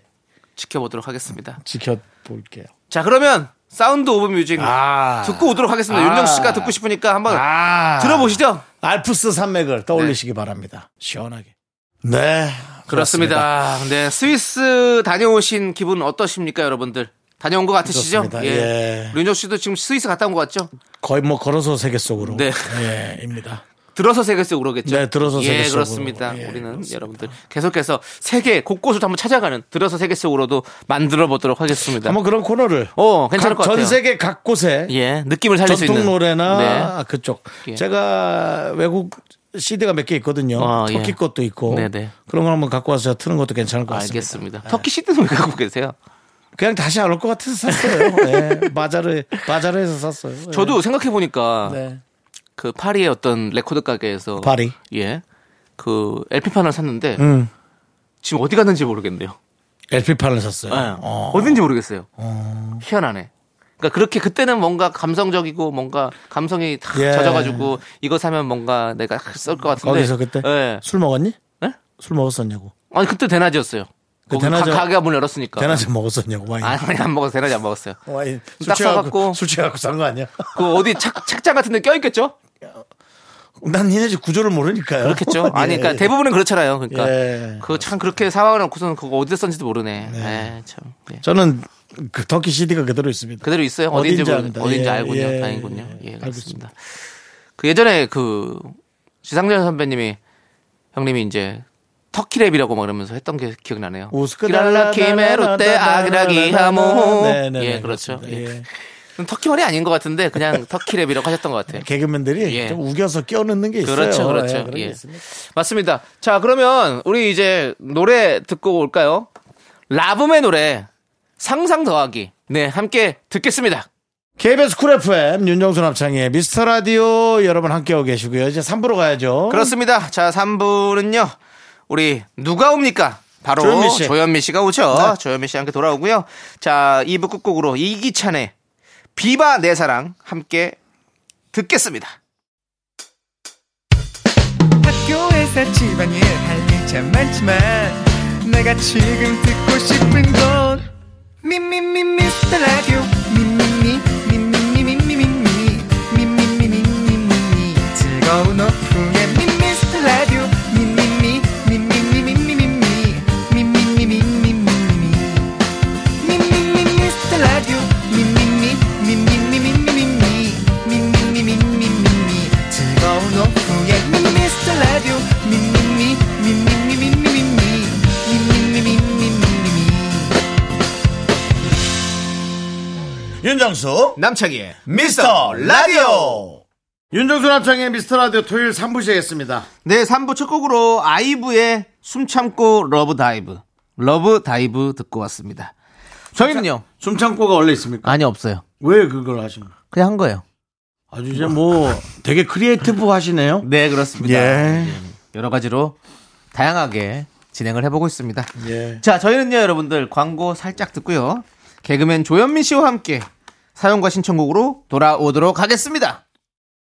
지켜보도록 하겠습니다.
지켜볼게요.
자, 그러면 사운드 오브 뮤직
아.
듣고 오도록 하겠습니다.
아.
윤정 씨가 듣고 싶으니까 한번
아.
들어보시죠. 네.
알프스 산맥을 떠올리시기 바랍니다. 시원하게. 네.
그렇습니다. 네, 스위스 다녀오신 기분 어떠십니까, 여러분들? 다녀온 것 같으시죠?
그렇습니다. 예.
윤정 씨도 지금 스위스 갔다 온 것 같죠?
거의 뭐 걸어서 세계 속으로.
네.
예, 입니다.
들어서 세계 속으로 오겠죠?
네, 들어서 세계
예,
속으로.
그렇습니다.
예,
우리는 여러분들 계속해서 세계 곳곳을 한번 찾아가는 들어서 세계 속으로도 만들어 보도록 하겠습니다.
한번 그런 코너를.
네. 어, 괜찮을
각-
것 같아요.
전 세계 각곳에
예, 느낌을 살릴 수 있는
전통 노래나
네.
그쪽.
예.
제가 외국 CD가 몇 개 있거든요.
아, 예.
터키 것도 있고.
네네.
그런 걸 한번 갖고 와서 트는 것도 괜찮을 것 같습니다. 예.
알겠습니다. 터키 시드는 왜 갖고 계세요?
그냥 다시 안 올 것 같아서 샀어요. 예. 마자르, 마자르에서 샀어요. 예.
저도 생각해 보니까
네.
그 파리의 어떤 레코드 가게에서
파리. 음.
예. 그 LP 판을 샀는데 지금 어디 갔는지 모르겠네요.
LP판을 네. 샀어요.
예. 어딘지 모르겠어요. 희한하네. 그러니까 그렇게 그때는 뭔가 감성적이고 뭔가 감성이 탁
예.
젖어가지고 이거 사면 뭔가 내가 쓸 것 같은데.
거기서 그때
예.
술 먹었니?
예?
술 먹었었냐고.
아니 그때 대낮이었어요.
그
거기 가-
대낮에-
가게가 문을 열었으니까.
대낮에 먹었었냐고 와인.
아. 아니 안 먹었어요. 대낮에 안 먹었어요.
와인 술
딱
취해갖고
사갖고.
술 취해갖고 산 거 아니야?
그 어디 착, 책장 같은데 껴있겠죠?
난 니네 집 구조를 모르니까요.
그렇겠죠.
예,
아니, 그러니까
예.
대부분은 그렇잖아요. 그러니까
예.
그 참 그렇게 사와놓고서는 그거 어디서 썼는지도 모르네. 예, 참 예.
저는 그 터키 CD가 그대로 있습니다.
그대로 있어요. 어딘지
어딘지
모르-
압니다.
어딘지
예,
알군요.
예,
다행이군요. 예,
예,
그렇습니다. 그 예전에 그 지상렬 선배님이 형님이 이제 터키 랩이라고 막 그러면서 했던 게 기억나네요.
우스크달라
키랄라 키메루 때 아그라기 하모.
네, 네,
예,
네,
그렇죠.
그렇습니다.
예.
예.
그럼 터키 말이 아닌 것 같은데 그냥 터키 랩이라고 하셨던 것 같아요.
개그맨들이
예.
좀 우겨서 끼워넣는 게 있어요.
그렇죠, 그렇죠.
예, 그런 게
예.
있습니다.
맞습니다. 자, 그러면 우리 이제 노래 듣고 올까요? 라붐의 노래 상상 더하기. 네, 함께 듣겠습니다.
KBS 쿨 FM 윤정수 남창의 미스터 라디오 여러분 함께하고 계시고요. 이제 3부로 가야죠.
어. 그렇습니다. 자, 3부는요. 우리 누가 옵니까? 바로
조현미 씨.
조현미 씨가 네. 오죠. 조현미 씨 함께 돌아오고요. 자, 2부 끝곡으로 이기찬의 비바 내 사랑 함께 듣겠습니다.
학교에서 집안일 할 일 참 많지만 내가 지금 듣고 싶은 건 미미미 미스터 라디오 미미미 미미미 미미미 미미미 미미미 즐거운 오후에 미스터 라디오 미미미 미미미 미미미 미미미 미미미
윤정수
남창희의
미스터 라디오 윤정수 남창의 미스터 라디오 토요일 3부 시작했습니다.
네, 3부 첫 곡으로 아이브의 숨 참고 러브 다이브. 러브 다이브 듣고 왔습니다. 저희는요?
숨창고가 원래 있습니까?
아니, 없어요.
왜 그걸 하십니까?
그냥 한 거예요.
아주 이제 뭐 되게 크리에이티브 하시네요.
네, 그렇습니다.
예.
여러 가지로 다양하게 진행을 해보고 있습니다.
예.
자, 저희는요, 여러분들 광고 살짝 듣고요. 개그맨 조현민 씨와 함께 사용과 신청곡으로 돌아오도록 하겠습니다.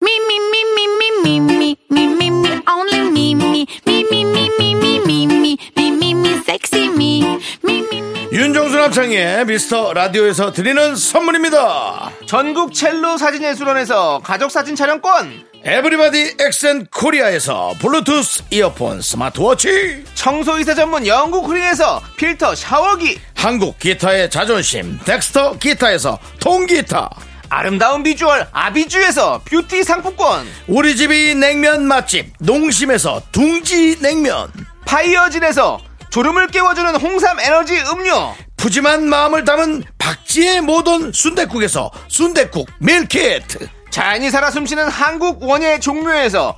Me, me, me, me, me, me, me, me, me, me, only me, me, me, me, me, me, me, me, me, me, me, me, sexy me, me, me, me.
윤정수 남창의 미스터 라디오에서 드리는 선물입니다.
전국 첼로 사진예술원에서 가족사진 촬영권,
에브리바디 엑센 코리아에서 블루투스 이어폰 스마트워치
청소이사 전문 영국 크린에서 필터 샤워기,
한국 기타의 자존심 덱스터 기타에서 통기타
아름다운 비주얼 아비주에서 뷰티 상품권
우리 집이 냉면 맛집 농심에서 둥지 냉면
파이어진에서 졸음을 깨워주는 홍삼 에너지 음료
푸짐한 마음을 담은 박지의 모던 순댓국에서순댓국 밀키트
자연이 살아 숨쉬는 한국 원예 종묘에서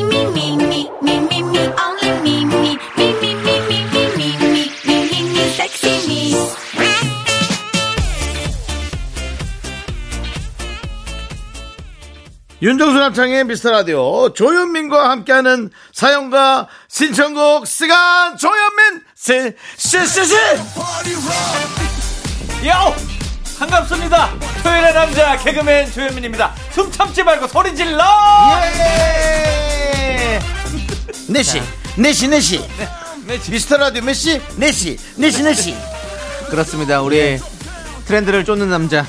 me, me, me, me, me, me, only me, me, me, me, me, me, me, me, me, me, me, me, sexy me.
윤정수 남창의 미스터 라디오 조현민과 함께하는 사연과 신청곡 시간 조현민 씨씨씨씨
야오! 반갑습니다. 토요일의 남자 개그맨 조현민입니다. 숨 참지 말고 소리 질러!
네시 네시 네시
매치
미스터 라디오 몇시 네시 네시 네시
그렇습니다. 우리 트렌드를 쫓는 남자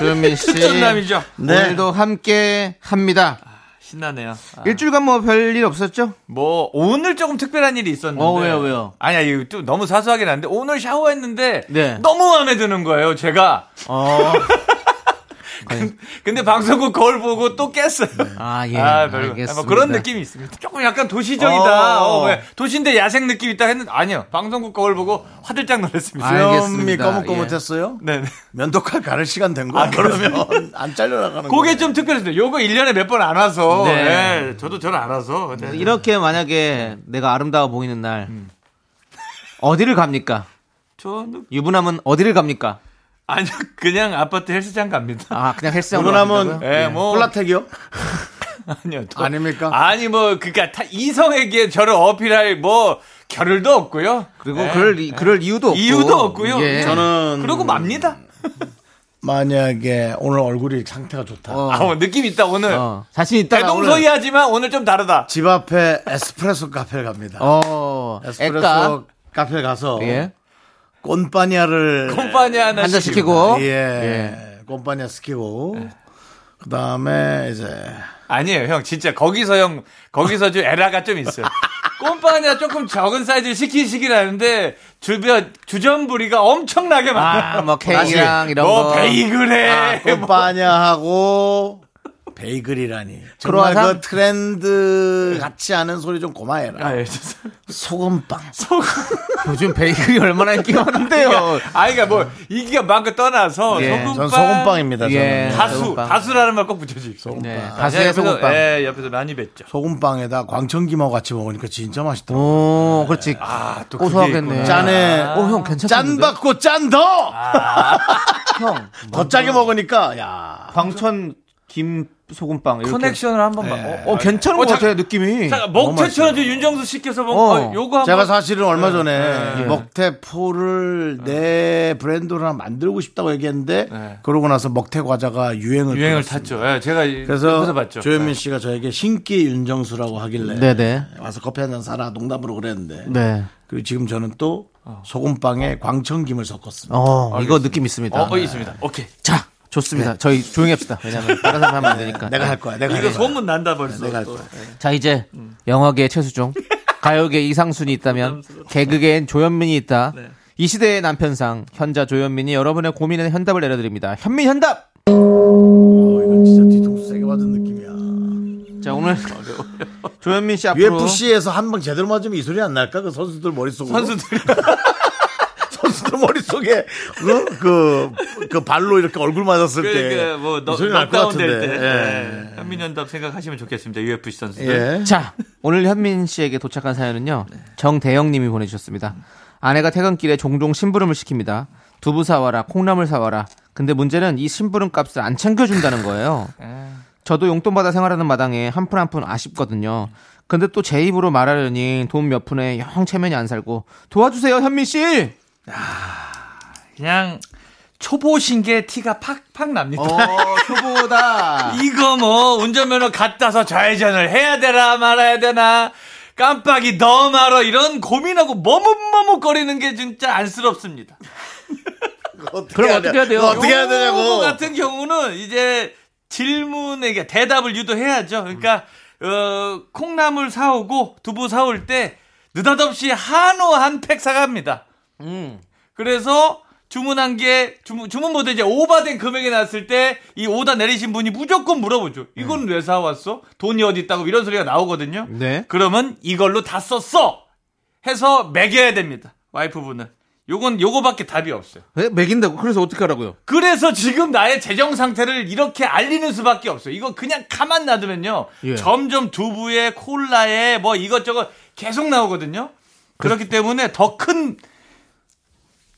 조현민 씨
끝남이죠.
네.
네. 오늘도 함께 합니다.
신나네요. 아,
일주일간 뭐 별일 없었죠?
뭐 오늘 조금 특별한 일이 있었는데.
어, 왜요, 왜요?
아니야 이거 또 너무 사소하긴 한데 오늘 샤워했는데
네.
너무 마음에 드는 거예요 제가.
어.
근- 근데 방송국 거울 보고 또 깼어요.
아, 예.
별거.
알겠습니다.
뭐 그런 느낌이 있습니다. 조금 약간 도시적이다.
어.
어, 왜 도시인데 야생 느낌 있다 했는데 아니요. 방송국 거울 보고 화들짝 놀랐습니다.
아.
수염이
알겠습니다.
거뭇거뭇했어요
네.
음, 면도칼 가를 시간 된 거야 예. 아, 그러면 안 잘려나가는 거야
그게 좀 특별했어요. 요거 1년에 몇 번 안 와서.
네.
네. 저도 잘 안 와서. 네.
예. 이렇게 만약에 내가 아름다워 보이는 날
음.
어디를 갑니까?
저는
유부남은 어디를 갑니까?
아니요. 그냥 아파트 헬스장 갑니다.
아, 그냥 헬스장
유부남은
예,
네.
뭐
콜라텍이요
아니요. 또-
아닙니까?
아니 뭐 그니까 이성에게 저를 어필할 뭐 겨를도 없고요.
그리고 그럴 이- 그럴 이유도 없고
이유도 없고요.
예.
저는
그러고 맙니다.
만약에 오늘 얼굴이 상태가 좋다
어,
아, 느낌 있다 오늘.
어, 자신 있다.
대동소이하지만 오늘 좀 다르다.
집 앞에 에스프레소 카페를 갑니다
어,
에스프레소
애까
카페 가서
예.
꼰빠니아를
콤파니 하나
한잔
시키고.
시키고
예. 꼼빠니아 시키고 그다음에 이제
아니에요, 형. 진짜 거기서 형 거기서 좀 에라가 좀 있어요. 꼼파니아 조금 적은 사이즈를 시키시긴 하는데 주변 주전부리가 엄청나게 많아.
아, 뭐 케이크랑 이런
뭐
거.
베이글에
꼼빠니아하고 베이글이라니 정말
크로아상? 네.
그 트렌드 같이 하는 소리 좀 고마해라
아, 예, 죄송합니다.
소금빵
요즘 베이글이 얼마나 인기가 많은데요.
아, 그러니까 뭐 이기가 많고 떠나서
예,
소금빵,
전 소금빵입니다 저는 네.
예.
다수
소금빵.
다수라는 말 꼭 붙여주십시오.
네,
예,
가수의
옆에서-
소금빵.
예, 옆에서 많이 뵀죠.
소금빵에다 광천김하고 같이 먹으니까 진짜 맛있다
오, 그렇지.
아, 또 그게
고소하겠네.
있구나.
짠에
오, 형 괜찮은데. 아.
짠 받고 짠더더
형.
짜게 먹으니까 야
광천 김
음,
소금빵 이렇게.
커넥션을 한번 봐.
어, 괜찮은 것
잠-
같아요, 느낌이.
음,
잠깐 먹채처럼 윤정수 시켜서 먹.
어.
어, 요거 한번.
제가 사실은
네.
얼마 전에
예.
먹태포를 내 브랜드로 하나 만들고 싶다고 얘기했는데 그러고 나서 먹태 과자가 유행을
네. 유행을
끌었습니다.
탔죠. 예, 제가
그래서
그래서 봤죠. 네.
조현민 씨가 저에게 신기 윤정수라고 하길래
네네.
와서 커피 한 잔 사라 농담으로 그랬는데
네.
그리고 지금 저는 또
어.
소금빵에 광천김을 섞었습니다.
어, 이거 느낌 있습니다.
어, 어, 있습니다. 오케이.
자, 좋습니다. 저희 조용히 합시다. 왜냐면 다른 사람 하면 안 되니까.
내가 할 거야. 내가 할
이거
거야.
소문 난다 벌써.
내가 할
또.
거야.
자, 이제 영화계의 최수종, 가요계의 이상순이 있다면 개그계엔 조현민이 있다. 이 시대의 남편상 현자 조현민이 여러분의 고민에 현답을 내려드립니다. 현민 현답.
어, 이거 진짜 뒤통수 세게 맞은 느낌이야.
자, 오늘 조현민 씨 앞으로
UFC에서 한 방 제대로 맞으면 이 소리 안 날까? 그 선수들 머릿속으로.
선수들이
선수들 머릿속에 어? 그, 그 발로 이렇게 얼굴 맞았을
그러니까
때.
뭐
이
너,
소리 날것
넉다운 될
같은데.
때.
예.
예. 현민연답 생각하시면 좋겠습니다. UFC 선수들.
예.
자, 오늘 현민 씨에게 도착한 사연은요.
네.
정대영 님이 보내주셨습니다. 아내가 퇴근길에 종종 심부름을 시킵니다. 두부 사와라, 콩나물 사와라. 근데 문제는 이 심부름 값을 안 챙겨준다는 거예요.
네.
저도 용돈 받아 생활하는 마당에 한 푼 한 푼 아쉽거든요. 근데 또 제 입으로 말하려니 돈 몇 푼에 영 체면이 안 살고 도와주세요, 현민 씨!
그냥 초보신 게 티가 팍팍 납니다.
어.
초보다.
이거 뭐 운전면허 갖다서 좌회전을 해야 되나 말아야 되나 깜빡이 너 말어 이런 고민하고 머뭇머뭇거리는 게 진짜 안쓰럽습니다.
그럼 어떻게 해야 돼요?
그거 어떻게 해야
요거
되냐고.
같은 경우는 이제 질문에게 대답을 유도해야죠. 그러니까 어, 콩나물 사오고 두부 사올 때 느닷없이 한우 한 팩 사갑니다. 그래서 주문한 게 주문 주문 보다 이제 오바된 금액이 났을 때 이 오다 내리신 분이 무조건 물어보죠.
음.
이건 왜 사왔어? 돈이 어디 있다고 이런 소리가 나오거든요.
네.
그러면 이걸로 다 썼어 해서 매겨야 됩니다. 와이프분은 요건 요거밖에 답이 없어요.
왜? 먹인다고? 그래서 어떻게 하라고요?
그래서 지금 나의 재정 상태를 이렇게 알리는 수밖에 없어요. 이거 그냥 가만 놔두면요.
예.
점점 두부에 콜라에 뭐 이것저것 계속 나오거든요. 그렇기 때문에 더 큰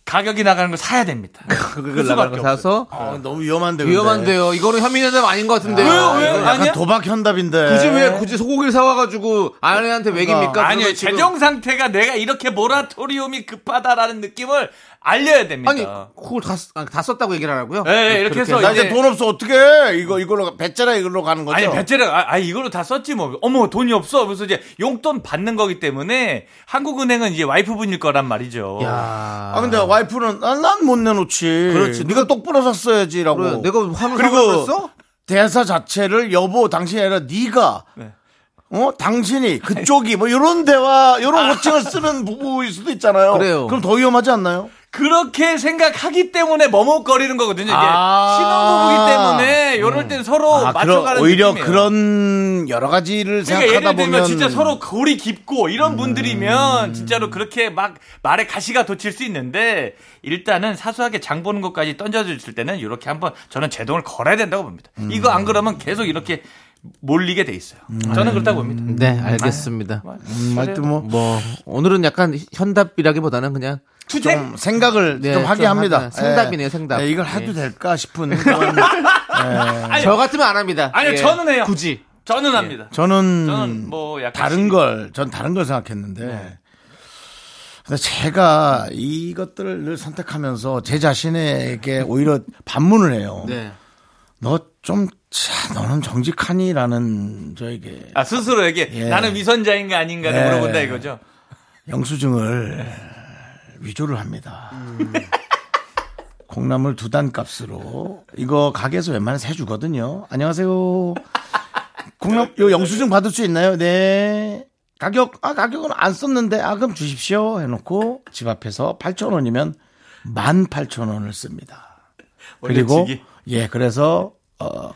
가격이 나가는 걸 사야 됩니다.
그걸 나가는 거 사서
아, 너무 위험한데. 근데.
위험한데요. 이거는 현민회담 아, 네. 아닌 네. 것 같은데요.
왜요? 왜요?
약간
아니야?
도박 현답인데.
굳이 왜 굳이 소고기를 사와가지고 아내한테 맥입니까?
아니요.
그거 지금-
재정 상태가 내가 이렇게 모라토리움이 급하다라는 느낌을 알려야 됩니다.
아니 그걸 다, 쓰- 아, 다 썼다고 얘기를 하라고요?
예, 예, 이렇게 해서
나
이제
이제 돈 없어 어떻게 해? 이거 이걸로 배째라 이걸로 가는 거죠.
아니 배째라 아, 아, 이걸로 다 썼지 뭐 어머 돈이 없어 그래서 이제 용돈 받는 거기 때문에 한국은행은 이제 와이프분일 거란 말이죠.
야.
아, 근데 와이프는 난 못 내놓지.
그렇지.
네가 똑부러 샀어야지라고.
그래, 내가 화를
그리고
그리고
대사 자체를 여보 당신이 아니라 네가
네.
어 당신이 그쪽이 뭐 이런 대화 이런 호칭을 쓰는 부부일 수도 있잖아요.
그래요.
그럼 더 위험하지 않나요?
그렇게 생각하기 때문에 머뭇거리는 거거든요. 이게
아.
신혼부부기 때문에 이럴 땐
어,
서로 맞춰가는
그럼 오히려
느낌이에요.
그런 여러 가지를
그러니까 예를
생각하다
들면
보면 음.
진짜 서로 골이 깊고 이런 분들이면 진짜로 그렇게 막 말에 가시가 돋칠 수 있는데 일단은 사소하게 장 보는 것까지 던져줄 때는 이렇게 한번 저는 제동을 걸어야 된다고 봅니다.
음.
이거 안 그러면 계속 이렇게 몰리게 돼 있어요. 저는 그렇다고 음. 봅니다.
음.
네 알겠습니다.
하여튼 뭐
뭐 오늘은 약간 현답이라기보다는 그냥
좀 음, 생각을
네,
좀 하게
좀
합니다.
하네. 생답이네요, 생답.
예, 이걸
예.
해도 될까 싶은 그런 예.
저 같으면 안 합니다.
아니요,
예.
저는 해요.
굳이
저는 합니다.
저는,
저는 뭐 약간
예. 음. 다른 걸, 전 다른 걸 생각했는데.
네.
근데 제가 이것들을 늘 선택하면서 제 자신에게 오히려 반문을 해요.
네.
너 좀 너는 정직하니라는 저에게
아 스스로에게
예.
나는 위선자인가 아닌가를
예.
물어본다 이거죠.
영수증을 위조를 합니다.
음.
콩나물 두 단 값으로 어? 이거 가게에서 웬만하면 세 주거든요. 안녕하세요. 콩나물 요 영수증 받을 수 있나요? 네. 가격 아 가격은 안 썼는데 아 그럼 주십시오 해놓고 집 앞에서 8천 원이면 18,000원을 씁니다. 그리고
올려치기.
예 그래서 어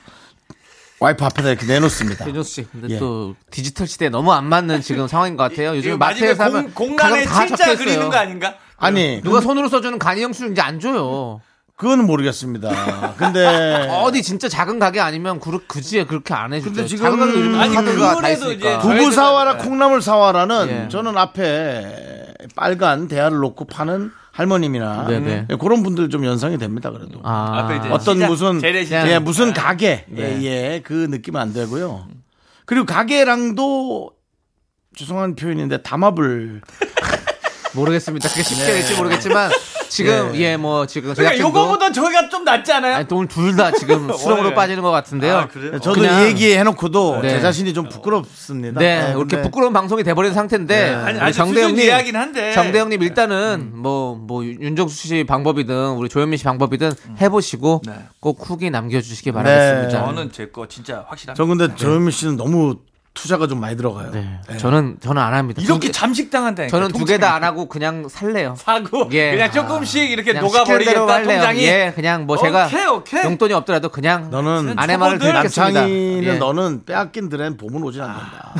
와이프 앞에다 이렇게 내놓습니다.
대조 씨, 근데
예.
또 디지털 시대에 너무 안 맞는 지금 상황인 것 같아요. 요즘
이거
에
마지막에
마트에서 하면
공, 공간에
가격 다
진짜
적혀
그리는
있어요.
거 아닌가?
아니
누가 손으로 써주는 간이형수 이제 안 줘요.
그건 모르겠습니다. 근데
어디 진짜 작은 가게 아니면 그 굳이 그렇게 안 해주죠.
근데 지금-
작은 가게 요즘은
아니,
카드가 다
그거라도
있으니까.
이제-
부부 사와라 콩나물 사와라는
예.
저는 앞에 빨간 대야를 놓고 파는 할머님이나
네네.
예, 그런 분들 좀 연상이 됩니다 그래도
아,
앞에 이제
어떤
시장,
무슨
재래시장. 네.
예, 무슨 가게
네.
예, 예, 그 느낌 안 되고요 그리고 가게랑도 죄송한 표현인데 담합을
모르겠습니다. 그게 쉽게 될지 모르겠지만 지금 예, 뭐 지금
그러니까
제작진도
요거보다 저희가 좀 낫지 않아요?
아니 오늘 둘 다 지금 수렁으로
예.
빠지는 것 같은데요.
아, 그래요?
저도
그냥-
얘기해놓고도
네.
제 자신이 좀 부끄럽습니다
네,
예,
이렇게
근데
부끄러운 방송이 돼버린 상태인데
아니,
우리
아니 정대영님
정대영님
이야기긴 한데 네. 음.
정대영님 일단은 뭐 뭐 윤정수 씨 방법이든 우리 조현민 씨 방법이든 해보시고 꼭 후기 남겨주시기 바라겠습니다.
음. 네. 저는 제 거 진짜 확실합니다.
전 근데 조현미 씨는 너무 투자가 좀 많이 들어가요
네, 저는 저는 안 합니다. 두
이렇게 그러니까
개-
잠식당한다.
저는 두 개 다 안 하고 그냥 살래요.
하고
예.
그냥 조금씩 이렇게
그냥 시키는 대로
녹아버리겠다
할래요.
통장이.
예, 그냥 뭐 제가
오케이, 오케이.
용돈이 없더라도 그냥
너는
아내 말을
초보들
듣겠습니다.
남창이는
예. 아.
너는 빼앗긴 드엔 봄은 오진 않는다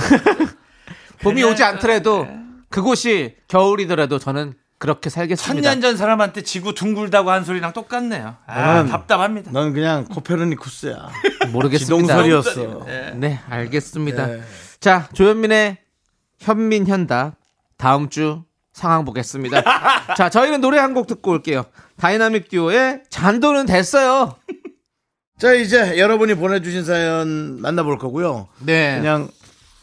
봄이 오지
그러니까.
않더라도
네.
그곳이 겨울이더라도 저는 그렇게 살겠습니다.
3년 전 사람한테 지구 둥글다고 한 소리랑 똑같네요. 아,
저는-
답답합니다.
넌 그냥 코페르니쿠스야.
모르겠습니다.
지동설이었어.
네, 알겠습니다. 자, 조현민의 현민 현다 다음 주 상황 보겠습니다. 자, 저희는 노래 한 곡 듣고 올게요. 다이나믹 듀오의 잔도는 됐어요.
자 이제 여러분이 보내주신 사연 만나볼 거고요.
네.
그냥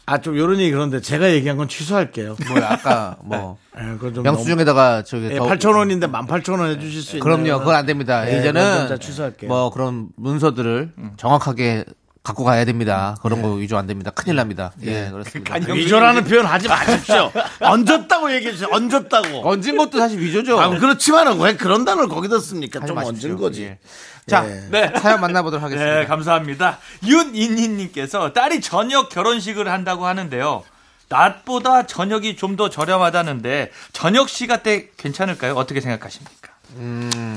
아 좀 요런 얘기 그런데 제가 얘기한 건 취소할게요.
뭐 아까 뭐
예, 그거 좀
영수증에다가 저기
너무- 예,
더-
8천 원인데 18,000원 해주실 수 있나요?
그럼요. 그건 안 됩니다.
예, 그건
이제는
진짜 취소할게요.
뭐 그런 문서들을
음.
정확하게 갖고 가야 됩니다. 그런
네.
거 위조 안 됩니다. 큰일 납니다. 예, 그렇습니다.
위조라는 표현 하지 마십시오. 얹었다고 얘기해 주세요. 얹었다고.
얹은 것도 사실
네.
위조죠.
아, 그렇지만은 왜 그런 단어를 거기다 씁니까?
하지
좀
마십시오.
얹은 거지.
예. 자,
네.
사연 만나보도록 하겠습니다.
네, 감사합니다. 윤인희님께서 딸이 저녁 결혼식을 한다고 하는데요. 낮보다 저녁이 좀 더 저렴하다는데 저녁 시간 대 괜찮을까요? 어떻게 생각하십니까?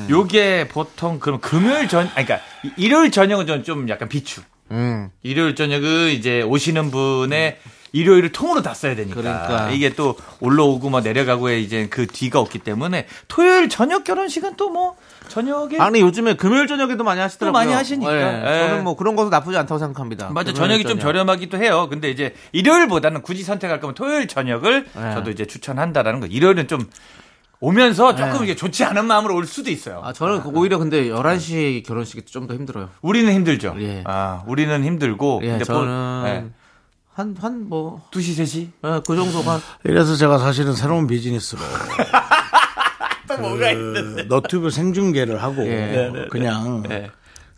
요게 보통 그럼 금요일 전, 아니, 그러니까 이- 일요일 저녁은 저는 좀 약간 비추.
음.
일요일 저녁은 이제 오시는 분의 일요일을 통으로 다 써야 되니까
그러니까.
이게 또 올라오고 뭐 내려가고에 이제 그 뒤가 없기 때문에 토요일 저녁 결혼식은 또 뭐 저녁에
아니 요즘에 금요일 저녁에도 많이 하시더라고요.
또 많이 하시니까.
예,
예.
저는 뭐 그런 것도 나쁘지 않다고 생각합니다.
맞아
금요일
저녁이 좀 저렴하기도 해요. 근데 이제 일요일보다는 굳이 선택할 거면 토요일 저녁을
네.
저도 이제 추천한다라는 거. 일요일은 좀 오면서 조금 이게 좋지 않은 마음으로 올 수도 있어요.
아, 저는 오히려 근데
네.
11시 결혼식이 좀 더 힘들어요.
우리는 힘들죠.
예.
아, 우리는 힘들고.
예,
근데 보- 네.
저는 한, 한 뭐,
예. 2시, 네. 3시?
예, 그 정도가.
이래서 제가 사실은 새로운 비즈니스로 그 너튜브 생중계를 하고
예. 네,
그냥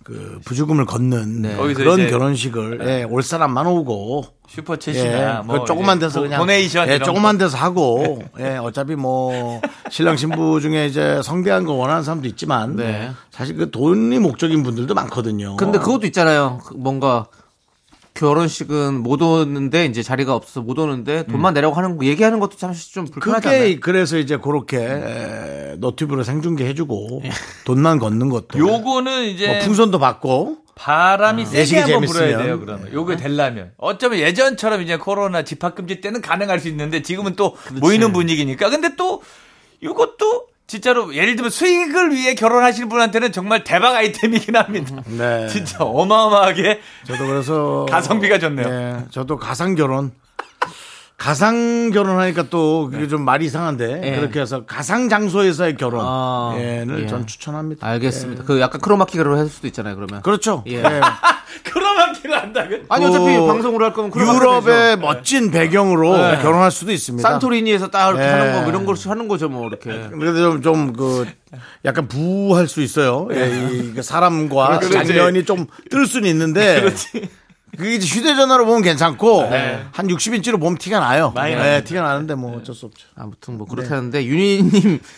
그 부주금을 걷는
네. 거기서
그런
이제- 네.
결혼식을 예, 올 사람만 오고
슈퍼챗이나
예,
뭐.
그 조그만
이제
데서
도-
그냥
도네이션.
예,
이런 네.
조그만 데서 하고 예, 어차피 뭐 신랑 신부 중에 이제 성대한 거 원하는 사람도 있지만
네.
사실 그 돈이 목적인 분들도 많거든요.
근데
어.
그것도 있잖아요. 그 뭔가 결혼식은 못 오는데 이제 자리가 없어 못 오는데
음.
돈만 내라고 하는 거 얘기하는 것도 사실 좀 불편하지 않나요?
그게 그래서 이제 그렇게 에, 너튜브로 생중계 해주고 돈만 걷는 것도
예. 요거는
뭐
이제
풍선도 받고
아.
바람이
내식이
세게 한번 불어야
재밌으면.
돼요.
네.
그러면 요게 되려면 어쩌면 예전처럼 이제 코로나 집합 금지 때는 가능할 수 있는데 지금은 또 모이는 분위기니까. 근데 또 요것도 진짜로 예를 들면 수익을 위해 결혼하시는 분한테는 정말 대박 아이템이긴 합니다.
네.
진짜 어마어마하게
저도 그래서
가성비가 좋네요.
네, 저도 가상 결혼. 가상 결혼하니까 또 그게 좀 말이 이상한데
네. 예.
그렇게 해서 가상 장소에서의 결혼을
아, 예.
전 추천합니다.
알겠습니다. 그 약간 크로마키로 할 수도 있잖아요. 그러면.
그렇죠.
예.
예.
크로마키를 한다면
아니 어차피
그
방송으로 할 거면 크로마키로
유럽의 멋진 배경으로 결혼할 수도 있습니다.
산토리니에서 딱 이렇게
예.
하는 거 뭐 이런 걸 하는 거죠 뭐 이렇게.
그래도 좀, 좀, 그, 약간 부할 수 있어요. 예, 이, 그 사람과 장면이 좀 뜰 수는 있는데. 그게 이제 휴대전화로 보면 괜찮고, 한 60인치로 보면 티가 나요. 예, 티가 나는데 뭐 어쩔 수 없죠.
아무튼 뭐 그렇다는데 윤희님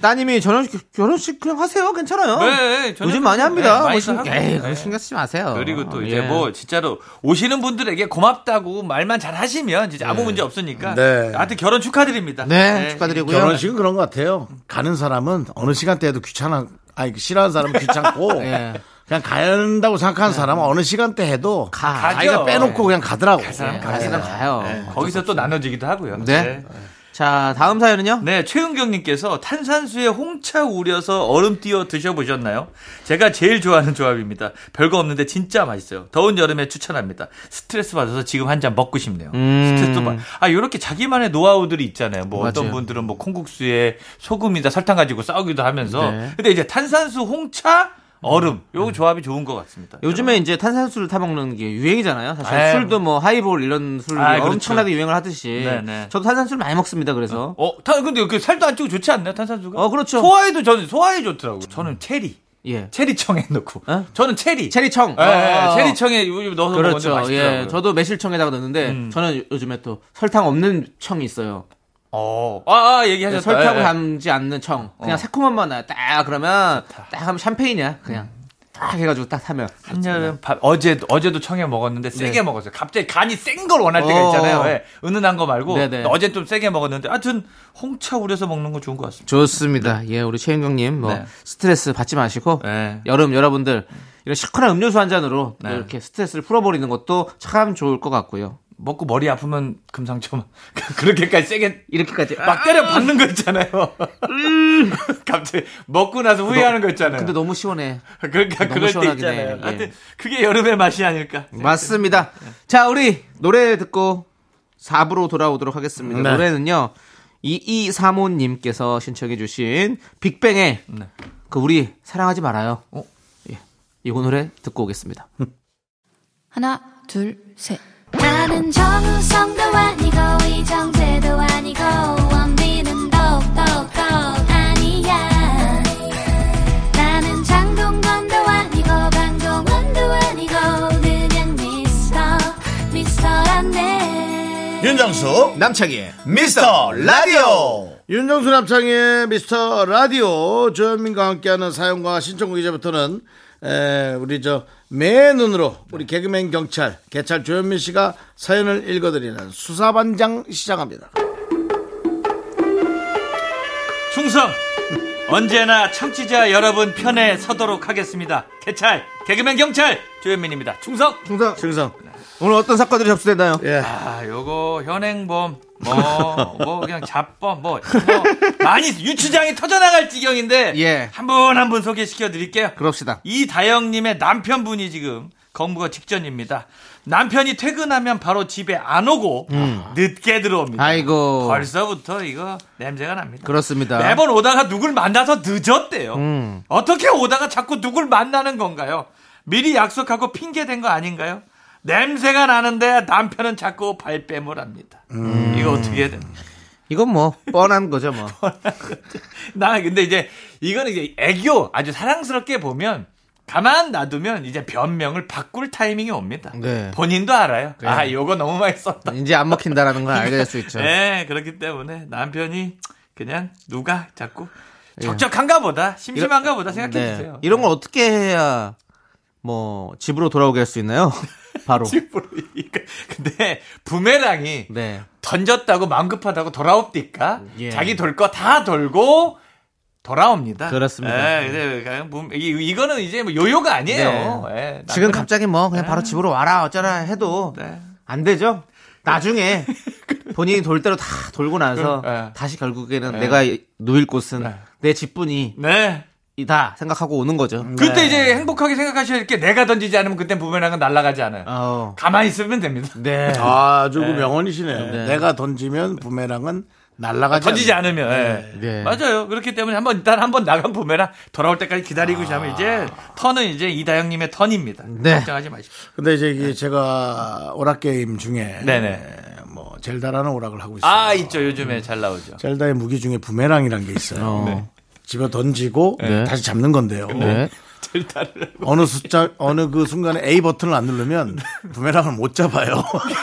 따님이 결혼식 결혼식 그냥 하세요. 괜찮아요.
네, 저녁
요즘 많이 합니다.
네, 많이
뭐 신-
하고.
에이,
네.
그거 신경 쓰지 마세요.
그리고 또 이제
예.
뭐 진짜로 오시는 분들에게 고맙다고 말만 잘 하시면 진짜 아무 문제 없으니까.
네. 뭐
하여튼 결혼 축하드립니다.
네, 축하드리고요.
결혼식은 그런 것 같아요. 가는 사람은 어느 시간대에도 귀찮아, 아니, 그 싫어하는 사람은 귀찮고,
예.
그냥 가야 한다고 생각하는 사람은 어느 시간대 해도 가.
가.
가죠.
자기가 빼놓고 그냥 가더라고.
예, 가시나 가요.
거기서 또 나눠지기도 하고요.
네. 자, 다음 사연은요?
네, 최은경님께서 탄산수에 홍차 우려서 얼음 띄워 드셔보셨나요? 제가 제일 좋아하는 조합입니다. 별거 없는데 진짜 맛있어요. 더운 여름에 추천합니다. 스트레스 받아서 지금 한 잔 먹고 싶네요.
음.
스트레스 받. 아, 요렇게 자기만의 노하우들이 있잖아요. 뭐 어떤
맞아요.
분들은 뭐 콩국수에 소금이다 설탕 가지고 싸우기도 하면서.
네.
근데 이제 탄산수, 홍차, 얼음. 요 조합이 좋은 것 같습니다.
요즘에 이제 탄산수를 타먹는 게 유행이잖아요. 사실
아유.
술도 뭐 하이볼 이런 술이
아이, 그렇죠.
엄청나게 유행을 하듯이.
네네.
저도 탄산수를 많이 먹습니다. 그래서.
어, 탄, 근데 그 살도 안 찌고 좋지 않나요? 탄산수가?
어, 그렇죠.
소화에도 저는 소화에 좋더라고요. 저는 체리.
예.
체리청에 넣고.
어?
저는 체리.
체리청.
예, 예,
어.
체리청에 요- 넣어서 먹으면
그렇죠.
맛있더라고요. 음.
예. 저도 매실청에다가 넣는데 저는 요즘에 또 설탕 없는 청이 있어요.
어. 아, 아, 얘기하셨다.
설탕을
예, 예.
담지 않는 청. 그냥 새콤한맛 나요. 딱 그러면 딱 하면 샴페인이야. 그냥 딱 해가지고 딱 타면.
음. 한여름 밤 어제 어제도 청에 먹었는데 세게
네.
먹었어요. 갑자기 간이 센 걸 원할 때가
어.
있잖아요. 예. 은은한 거 말고
네네.
어제 좀 세게 먹었는데 하여튼 홍차 우려서 먹는 거 좋은 것 같습니다.
좋습니다. 예, 우리 최인경님 뭐
네.
스트레스 받지 마시고
네.
여름 여러분들 이런 시원한 음료수 한 잔으로 이렇게 스트레스를 풀어버리는 것도 참 좋을 것 같고요.
먹고 머리 아프면 금상첨 그렇게까지 세게
이렇게까지 아,
막 때려 박는 거 있잖아요. 갑자기 먹고 나서 후회하는 거 있잖아요.
음. 근데 너무 시원해.
그러니까
너무
그럴 때
시원하긴
있잖아요.
해.
하여튼
예.
그게 여름의 맛이 아닐까.
네, 맞습니다. 자, 우리 노래 듣고 4부로 돌아오도록 하겠습니다. 노래는요. 2235님께서 신청해 주신 빅뱅의 그 우리 사랑하지 말아요. 예. 이거 노래 듣고 오겠습니다.
하나, 둘, 셋. 나는 정우성도 아니고, 이정재도 아니고, 원빈은 더욱더 아니야. 나는 장동건도 아니고, 강동원도 아니고, 그냥 미스터, 미스터란데.
윤정수 남창희의 미스터 라디오 윤정수 남창희의 미스터 라디오 조현민과 함께하는 사연과 신청곡 이제부터는 에, 우리 저 매 눈으로 우리
네.
개그맨 경찰 개찰 조현민 씨가 사연을 읽어드리는 수사반장 시작합니다
충성! 언제나 청취자 여러분 편에 서도록 하겠습니다. 개찰, 개그맨 경찰, 조현민입니다. 충성!
충성.
증상
오늘 어떤 사건들이 접수됐나요?
예.
아, 요거, 현행범, 뭐, 뭐, 그냥 잡범, 뭐, 뭐 많이, 유치장이 터져나갈 지경인데,
예.
한 분 한 분 소개시켜 드릴게요.
그럽시다.
이다영님의 남편분이 지금 거부가 직전입니다. 남편이 퇴근하면 바로 집에 안 오고 늦게 들어옵니다.
아이고.
벌써부터 이거 냄새가 납니다.
그렇습니다.
어? 매번 오다가 누굴 만나서 늦었대요.
음.
어떻게 오다가 자꾸 누굴 만나는 건가요? 미리 약속하고 핑계댄 거 아닌가요? 냄새가 나는데 남편은 자꾸 발뺌을 합니다.
음.
이거 어떻게 해야 됩니까?
이건 뭐 뻔한 거죠 뭐.
나 근데 이제 이거는 이제 애교 아주 사랑스럽게 보면 가만 놔두면 이제 변명을 바꿀 타이밍이 옵니다.
네.
본인도 알아요. 아, 요거 너무 많이 썼다.
이제 안 먹힌다라는 걸 알게 될 수 있죠.
네, 그렇기 때문에 남편이 그냥 누가 자꾸 적적한가 보다, 심심한가 보다 생각해
예. 네.
주세요.
이런 걸 어떻게 해야 뭐 집으로 돌아오게 할 수 있나요? 바로.
집으로 이니까 근데 부메랑이
네.
던졌다고 마음 급하다고 돌아옵니까?
예.
자기 돌 거 다 돌고 돌아옵니다.
그렇습니다.
예, 근데 그냥 뭐 이- 이거는 이제 뭐 요요가 아니에요. 예,
네. 지금
남편은-
갑자기 뭐 그냥 바로 집으로 와라 어쩌라 해도
네.
안 되죠. 나중에 본인이 돌 대로 다 돌고 나서
그럼, 예.
다시 결국에는 내가 누일 곳은 내 집뿐이다
네.
생각하고 오는 거죠.
그때 이제 행복하게 생각하셔야 될 게 내가 던지지 않으면 그때 부메랑은 날아가지 않아요.
어.
가만히 있으면 됩니다.
네.
아,
그
조금 명언이시네요.
네.
내가 던지면 부메랑은 날아가지
던지지
않-
않으면 예.
네.
맞아요. 그렇기 때문에 한번 일단 한번 나간 부메랑 돌아올 때까지 기다리고 자면 이제 턴은 이제 이다영님의 턴입니다.
네.
걱정하지 마십시오.
근데 이제 이게 제가 오락 게임 중에
네네.
뭐 젤다라는 오락을 하고 있어요.
아 있죠. 요즘에 잘 나오죠.
젤다의 무기 중에 부메랑이란 게 있어요. 네.
네.
집어 던지고 다시 잡는 건데요. 어느 숫자 어느 그 순간에 A 버튼을 안 누르면 부메랑을 못 잡아요.
네.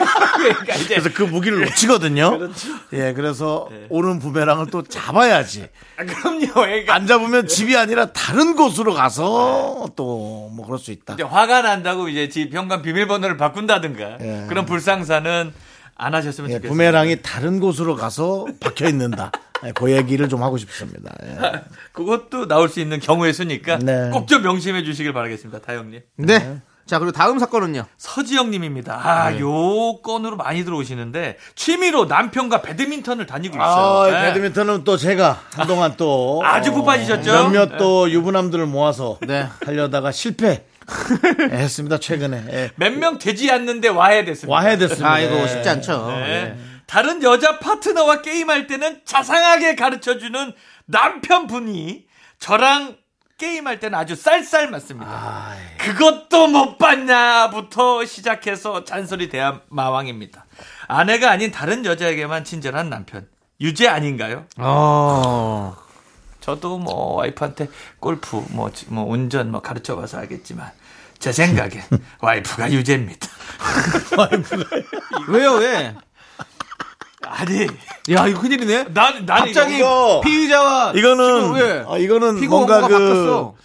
그러니까 이제 그렇죠. 네.
그래서 그 무기를 놓치거든요. 예, 그래서 오는 부메랑을 또 잡아야지.
아, 그럼요. 애가
안 잡으면 집이 아니라 다른 곳으로
네.
가서 또 뭐 그럴 수 있다.
이제 화가 난다고 이제 집 현관 비밀번호를 바꾼다든가 그런 불상사는 안 하셨으면
예,
좋겠어요.
부메랑이 다른 곳으로 가서 박혀 있는다. 예, 그 얘기를 좀 하고 싶습니다. 예.
그것도 나올 수 있는 경우의 수니까
네.
꼭 좀 명심해 주시길 바라겠습니다. 다영님.
네. 자 그리고 다음 사건은요.
서지영님입니다. 아, 요 건으로 많이 들어오시는데 취미로 남편과 배드민턴을 다니고 있어요.
아,
네.
배드민턴은 또 제가 한동안 또
아주
어,
푸파지셨죠?
몇몇 또 유부남들을 모아서
네.
하려다가 실패 했습니다. 최근에 예.
몇 명 되지 않는데 와해됐습니다.
와해됐습니다. 예.
아 이거 쉽지 않죠.
네. 다른 여자 파트너와 게임할 때는 자상하게 가르쳐주는 남편분이 저랑 게임할 때는 아주 쌀쌀 맞습니다. 그것도 못 봤냐부터 시작해서 잔소리 대한 마왕입니다. 아내가 아닌 다른 여자에게만 친절한 남편. 유죄 아닌가요?
어.
저도 뭐 와이프한테 골프, 뭐, 지- 뭐 운전 뭐 가르쳐 봐서 알겠지만 제 생각엔 와이프가 유죄입니다.
왜요 왜?
아니,
야 이거 큰일이네.
난, 난
갑자기
이거-
이거-
피의자와
이거는
지금, 예.
아, 이거는
피고
뭔가
뭔가
그,
바뀌었어.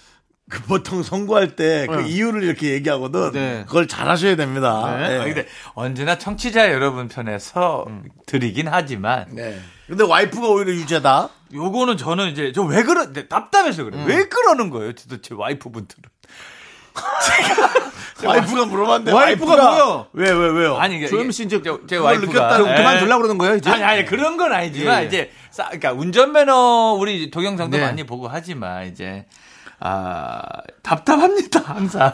그 보통 선고할 때 그 이유를 이렇게 얘기하거든.
네.
그걸 잘 하셔야 됩니다. 네.
아니, 근데 언제나 청취자 여러분 편에서 드리긴 하지만
네. 근데 와이프가 오히려 유죄다.
요거는 저는 이제 저 왜 그런 근데 답답해서 그래 요왜 그러는 거예요 도대체 와이프분들은
아, 와이프가 물어봤는데
와이프가 뭐요?
왜, 왜, 왜요?
아니 이게-
조현 씨 이제
제, 제
그걸
와이프가
느꼈다.
예.
그만 둘라 그러는 거예요 이제?
아니 아니 그런 건 아니지만
예, 예.
이제 싸, 그러니까 운전면허 우리 동영상도
네.
많이 보고 하지만 이제 아 답답합니다 항상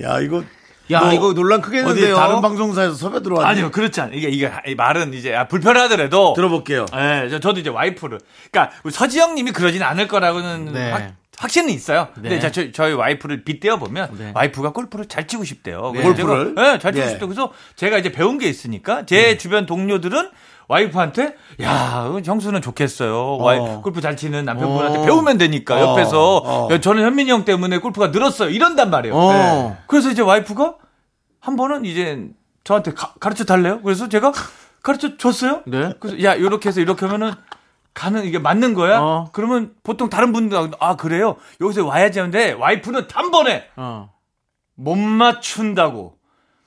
야, 이거
야
뭐
이거 논란
어디
크겠는데요.
다른 방송사에서 섭외 들어왔는데
아니요 그렇지 않아요 이게 이게 이 말은 이제 아, 불편하더라도
들어볼게요.
예, 저, 저도 이제 와이프를. 그러니까 우리 서지영님이 그러진 않을 거라고는
네.
확, 확신은 있어요. 근데
네.
자, 저, 저희 와이프를 빗대어 보면
네. 와이프가
와이프가 골프를 잘 치고 싶대요.
네.
그래서 제가-
골프를?
예, 잘 치고
네.
싶대요. 그래서 제가 이제 배운 게 있으니까 제 주변 동료들은 와이프한테 야 형수는 좋겠어요. 와이 골프 잘 치는 남편분한테
어.
배우면 되니까 옆에서
어.
야, 예, 저는 현민이 형 때문에 골프가 늘었어요. 이런단 말이에요.
어.
네. 그래서 이제 와이프가 한 번은 이제 저한테 가, 가르쳐 달래요. 그래서 제가 가르쳐 줬어요.
네.
그래서 야 이렇게 해서 이렇게 하면은 가는 이게 맞는 거야.
어.
그러면 보통 다른 분들 아 그래요 여기서 와야지 하는데 와이프는 단번에
어.
못 맞춘다고.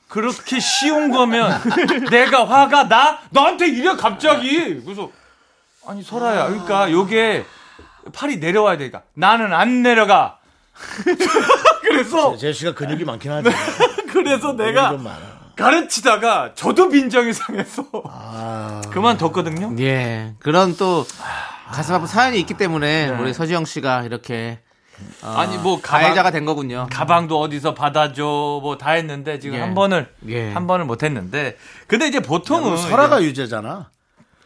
그렇게 쉬운 거면 내가 화가 나? 나한테 이래 갑자기. 그래서 아니 설아야. 그러니까 요게 팔이 내려와야 돼. 그러니까 나는 안 내려가. 그래서
제시가 근육이 많긴 하죠. 음,
그래서 내가
좀 많아.
가르치다가 저도 빈정이 상해서
아. 음.
그만뒀거든요.
예. 그런 또 가슴 아픈 사연이 있기 때문에 우리 서지영 씨가 이렇게
아니 뭐 가해자가
가해자가 된 거군요.
가방도 어디서 받아줘 뭐 다 했는데 지금
예.
한 번을
예.
한 번을 못 했는데 근데 이제 보통은
뭐 설아가 유죄잖아.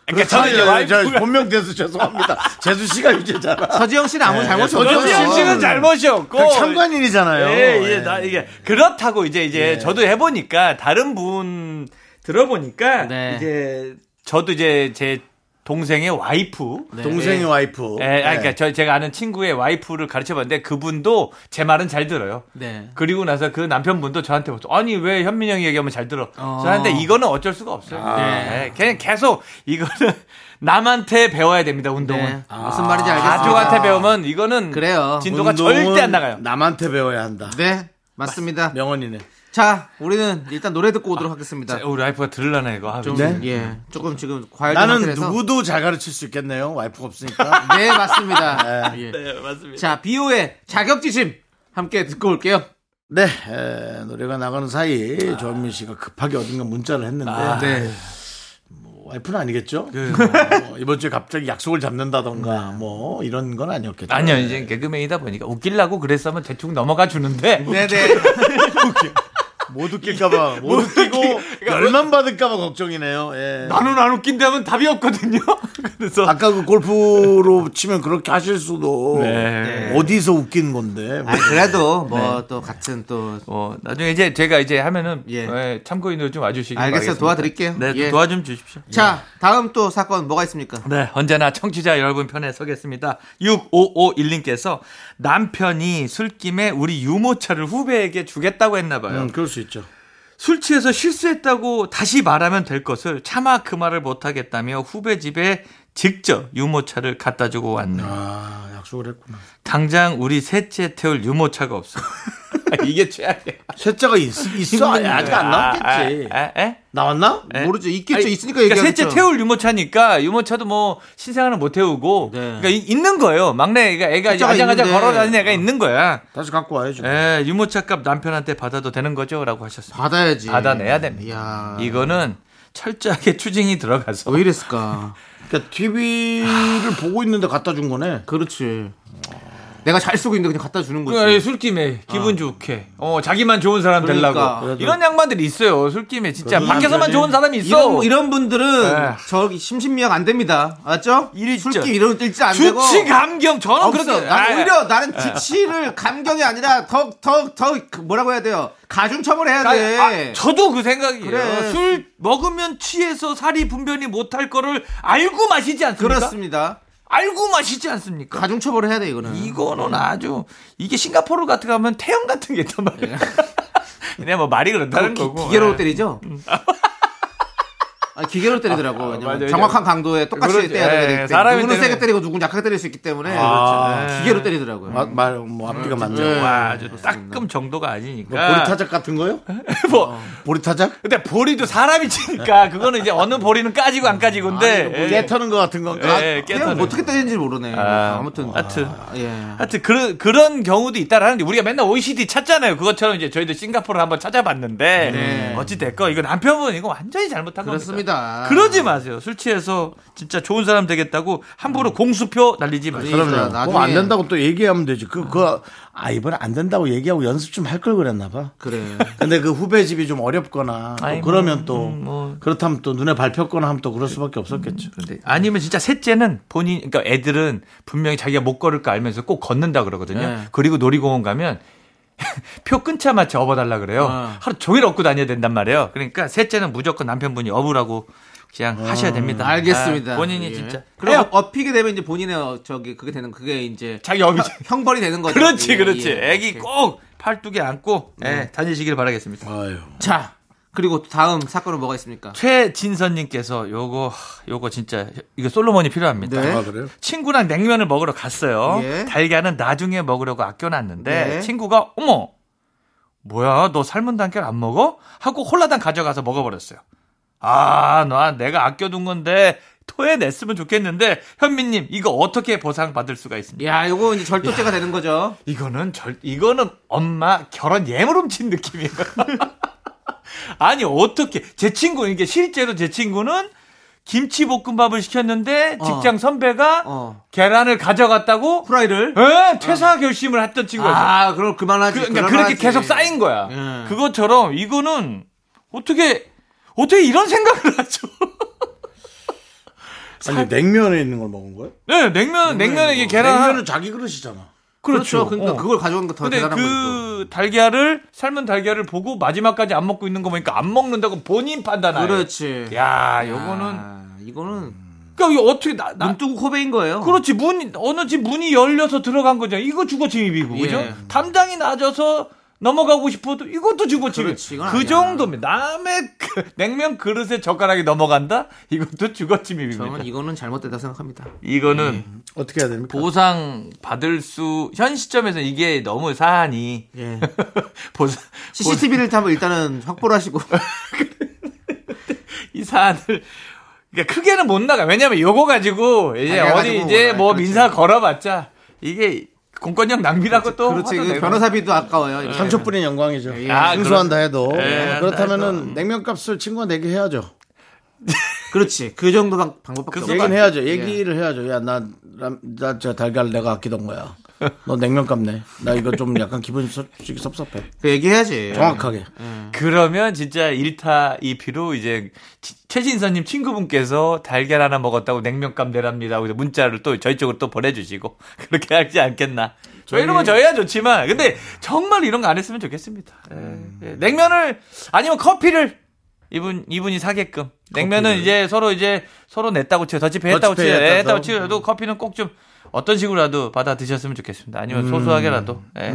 그러니까 저는 이제
아니, 저
와이프가
본명 대수 죄송합니다. 재수 씨가 유죄잖아. 네,
서지영 씨는 아무 잘못이 없어요.
조지현 씨는 잘못이 없고
그 참관인이잖아요.
예, 예, 나 이게 그렇다고 이제 이제
예.
저도 해보니까 다른 분 들어보니까
네.
이제 저도 이제 제 동생의 와이프
네.
동생이 와이프.
예, 아, 그러니까 저 제가 아는 친구의 와이프를 가르쳐봤는데 그분도 제 말은 잘 들어요.
네.
그리고 나서 그 남편분도 저한테 와서 아니 왜 현민 형이 얘기하면 잘 들어?
어. 아.
저한테 이거는 어쩔 수가 없어요. 네. 그냥 계속 이거는 남한테 배워야 됩니다 운동은.
네. 무슨 말인지 알겠습니다.
가족한테 배우면 이거는
그래요.
진도가
운동은
절대 안 나가요.
남한테 배워야 한다.
네. 맞습니다.
명언이네.
자, 우리는 일단 노래 듣고 오도록 하겠습니다.
아, 우리 와이프가 들으려나 이거. 아,
좀,
네?
예. 조금 지금 과열
나는
상태라서.
누구도 잘 가르칠 수 있겠네요. 와이프가 없으니까.
네, 맞습니다. 예. 자, 비오의 자격지심 함께 듣고 올게요.
네, 에, 노래가 나가는 사이 조현민 씨가 급하게 어딘가 문자를 했는데
아,
네.
와이프는 아니겠죠? 아, 뭐 이번 주에 갑자기 약속을 잡는다던가 뭐 이런 건 아니었겠죠?
아니요 이제 개그맨이다 보니까 웃기려고 그랬으면 대충 넘어가 주는데
네네.
못 웃길까봐 못 웃기고 열만 받을까봐 걱정이네요. 예.
나는 안 웃긴다면 답이 없거든요. 그래서
아까 그 골프로 치면 그렇게 하실 수도
네.
어디서 웃긴 건데
아, 그래도 뭐 또 같은 또
어, 나중에 이제 제가 이제 하면은
예.
예, 참고인으로 좀 와주시기
알겠어요.
바라겠습니다.
도와드릴게요.
네,
예.
도와 좀 주십시오.
자, 다음 또 사건 뭐가 있습니까?
네, 언제나 청취자 여러분 편에 서겠습니다. 6551님께서 남편이 술김에 우리 유모차를 후배에게 주겠다고 했나 봐요.
음, 그럴 수 있죠.
술 취해서 실수했다고 다시 말하면 될 것을 차마 그 말을 못 하겠다며 후배 집에 직접 유모차를 갖다 주고 왔네요.
아 약속을 했구나.
당장 우리 셋째 태울 유모차가 없어. 아, 이게 최악이야.
셋째가 있, 있어 아니, 아직 네. 안 나왔겠지.
아, 아, 에?
나왔나?
모르죠. 있겠죠.
아니,
있으니까
그러니까
얘기하겠죠.
셋째 태울 유모차니까 유모차도 뭐 신생아는 못 태우고 그러니까 이- 있는 거예요. 막내 애가 애가
네. 셋째가
아장아장
있는데. 그러니까.
걸어다니는 애가 있는 거야.
다시 갖고 와야죠.
예, 유모차 값 남편한테 받아도 되는 거죠라고 하셨어요.
받아야지. 예.
받아내야 됩니다.
이야.
이거는 철저하게 추징이 들어가서
왜 이랬을까?
그러니까 TV를 보고 있는데 갖다 준 거네.
그렇지. 내가 잘 쓰고 있는데 그냥 갖다 주는 거지.
그 술김에 기분 좋게 어 자기만 좋은 사람
그러니까.
되려고 이런 양반들이 있어요 술김에 진짜
그래도
밖에서만
남편이
좋은 사람이 있어 네.
이런, 이런 분들은
에.
저기 심신미약 안 됩니다. 맞죠?
일일절.
술김 이런 일지 안 되고.
주치 감경 저는
없어.
그렇게
난
아,
오히려 나는 주치를 감경이 아니라 더더더 그 뭐라고 해야 돼요? 가중 처벌해야
아,
돼.
아, 저도 그 생각이에요
네. 그래.
술 먹으면 취해서 살이 분변이 못할 거를 알고 마시지 않습니까
그렇습니다.
알고 마시지 않습니까
가중 처벌을 해야 돼 이거는.
이거는 아주 이게 싱가포르 같은 가면 태형 같은 게 있단 말이야
네.
그냥 뭐 말이 그렇다는
기,
거고
기계로
예.
때리죠? 아, 기계로 때리더라고. 왜냐면
맞아요.
정확한 강도에 똑같이
그렇죠.
때려야
예,
되기 때문에.
사람이
누구는
때리면- 아, 예.
세게 때리고 누구는 약하게 때릴 수 있기 때문에 그렇죠. 기계로 때리더라고요.
말 뭐 앞뒤가 맞네.
예.
와, 아주 따끔 정도가 아니니까
보리타작 같은 거요?
어.
뭐
보리타작?
근데 보리도 사람이 치니까 그거는 이제 어느 보리는 까지고 안 까지고인데 예.
깨터는 거 같은 건가?
예,
뭐 그냥
깨달아요.
어떻게 때리는지 모르네.
아,
아, 무튼
하여튼
예.
하여튼 그런 그런 경우도 있다라는데 우리가 맨날 OECD 찾잖아요. 그것처럼 이제 저희도 싱가포르 한번 찾아봤는데 어찌 됐건 이거 남편분 이거 완전히 잘못한
네. 그렇습니다.
겁니다. 그러지 마세요. 술 취해서 진짜 좋은 사람 되겠다고 함부로
음.
공수표 날리지 마세요.
그럼요.
나중에-
그거 안 된다고 또 얘기하면 되지. 그, 그, 아, 이번에 안 된다고 얘기하고 연습 좀 할 걸 그랬나 봐.
그래.
근데 그 후배 집이 좀 어렵거나 또
아이,
그러면 또
음, 뭐.
그렇다면 또 눈에 밟혔거나 하면 또 그럴 수밖에 없었겠죠.
네. 아니면 진짜 셋째는 본인 그러니까 애들은 분명히 자기가 못 걸을 거 알면서 꼭 걷는다 그러거든요.
네.
그리고 놀이공원 가면 표 끊자마자 업어달라 그래요.
네.
하루 종일 업고 다녀야 된단 말이에요. 그러니까 셋째는 무조건 남편분이 업으라고 그냥 하셔야 됩니다.
음, 알겠습니다.
아, 본인이
예.
진짜
그럼
그럼
업- 업히게 되면 이제 본인의 어, 저기 그게 되는 그게 이제
자기 업이
형- 형벌이 되는 거죠.
그렇지
예,
그렇지.
예.
애기
오케이. 음.
꼭 팔뚝에 안고 예, 다니시길 바라겠습니다.
아유.
자 그리고 또 다음 사건은 뭐가 있습니까?
최진선님께서 요거 요거 진짜 이거 솔로몬이 필요합니다.
네.
아, 그래요?
친구랑 냉면을 먹으러 갔어요.
예.
달걀은 나중에 먹으려고 아껴놨는데
네.
친구가 어머 뭐야 너 삶은 달걀 안 먹어? 하고 홀라당 가져가서 먹어버렸어요. 아, 나 내가 아껴둔 건데 토해냈으면 좋겠는데 현민님 이거 어떻게 보상 받을 수가 있습니까?
야 요거 이제 절도죄가 되는 거죠.
이거는 절 이거는 엄마 결혼 예물훔친 느낌이에요. 아니 어떻게 제 친구 이게 실제로 제 친구는 김치 볶음밥을 시켰는데 직장 선배가
어.
계란을 가져갔다고
후라이를. 어.
예, 퇴사 결심을 했던 친구였어.
아, 그럼 그만하지.
그, 러니까
그만하지.
그렇게 계속 쌓인 거야.
예.
그것처럼 이거는 어떻게 어떻게 이런 생각을 하죠?
그
아니 냉면에 있는 걸 먹은 거예요?
네, 냉면 냉면에 이게 계란
냉면은 자기 그릇이잖아.
그렇죠. 그러니까
어.
그걸 가져온 거더
근데
대단한 거죠.
그 달걀을 삶은 달걀을 보고 마지막까지 안 먹고 있는 거 보니까 안 먹는다고 본인 판단하요.
그렇지.
야, 요거는
아, 이거는
그러니까 이거 어떻게 나, 나
눈 뜨고 코베인 거예요.
그렇지 문 어느 집 문이 열려서 들어간 거죠. 이거 주거 침입이고 그죠?
예.
담당이 낮아서 넘어가고 싶어도 이것도 주거 침입.
그렇지, 이건
그
아니야.
정도면 남의 그 냉면 그릇에 젓가락이 넘어간다? 이것도 주거 침입입니다.
저는 예. 이거는 잘못됐다 생각합니다.
이거는
어떻게 해야
그
됩니까?
보상 받을 수 현 시점에서 이게 너무 사안이
예.
보상
CCTV를 타면 일단은 확보를 하시고.
이 사안을 그러니까 크게는 못 나가. 왜냐면 요거 가지고 이제
아니,
어디
가지고
이제
못 나가.
뭐
그렇지.
민사 걸어봤자 이게 공권력 낭비라고 또
그렇지.
화도
그
내고.
변호사비도 아까워요. 이렇게.
상처뿐인 영광이죠.
예.
아,
순수한다 해도
예,
그렇다면은 냉면값을 친구가 내게 해야죠.
그렇지. 그 정도 방, 방법밖에 없어.
얘기는 해야죠. 얘기를 해야죠. 야, 나, 람- 나, 저 달걀 내가 아끼던 거야. 너 냉면값 내. 나 이거 좀 약간 기분이 솔직히 섭섭해.
그 얘기해야지. 예.
정확하게.
그러면 진짜 일타이피로 이제 치- 최진선님 친구분께서 달걀 하나 먹었다고 냉면감 내랍니다. 그래서 문자를 또 저희 쪽으로 또 보내주시고 그렇게 하지 않겠나. 저희 이런 건 저희야 좋지만 근데 정말 이런 거 안 했으면 좋겠습니다. 예, 예. 냉면을 아니면 커피를 이분 이분이 사게끔 냉면은 이제 서로 이제 서로 냈다고 치요 더치페이 했다고 치요
더치페이
예, 했다고
했다고.
치요 도 커피는 꼭 좀 어떤 식으로라도 받아 드셨으면 좋겠습니다. 아니면 소소하게라도. 예.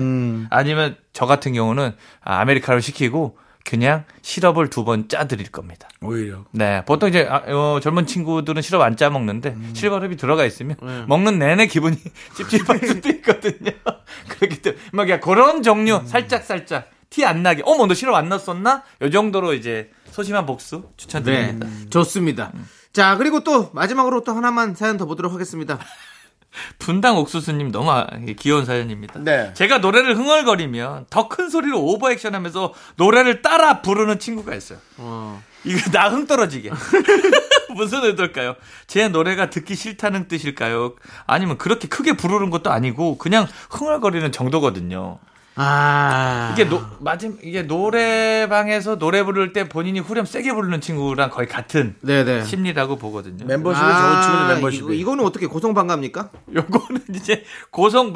아니면 저 같은 경우는 아, 아메리카노 시키고 그냥 시럽을 두 번 짜 드릴 겁니다.
오히려.
네. 보통 이제 아, 어, 젊은 친구들은 시럽 안 짜 먹는데 실버럽이 들어가 있으면 먹는 내내 기분이 찝찝할 수도 있거든요. 그렇기 때문에 막 그냥 그런 종류 살짝 살짝 티 안 나게 어머 너 시럽 안 넣었었나? 요 정도로 이제 소심한 복수
네.
추천드립니다.
좋습니다. 자, 그리고 또 마지막으로 또 하나만 사연 더 보도록 하겠습니다.
분당 옥수수님 너무 아- 귀여운 사연입니다.
네.
제가 노래를 흥얼거리면 더 큰 소리로 오버액션하면서 노래를 따라 부르는 친구가 있어요. 이거 나 흥 떨어지게. 무슨 의도일까요? 제 노래가 듣기 싫다는 뜻일까요? 아니면 그렇게 크게 부르는 것도 아니고 그냥 흥얼거리는 정도거든요.
아.
이게 노, 마지막 이게 노래방에서 노래 부를 때 본인이 후렴 세게 부르는 친구랑 거의 같은
네네.
심리라고 보거든요.
멤버십이 저친구
아, 이거,
멤버십이.
이거는 어떻게 고성방가입니까?
요거는 이제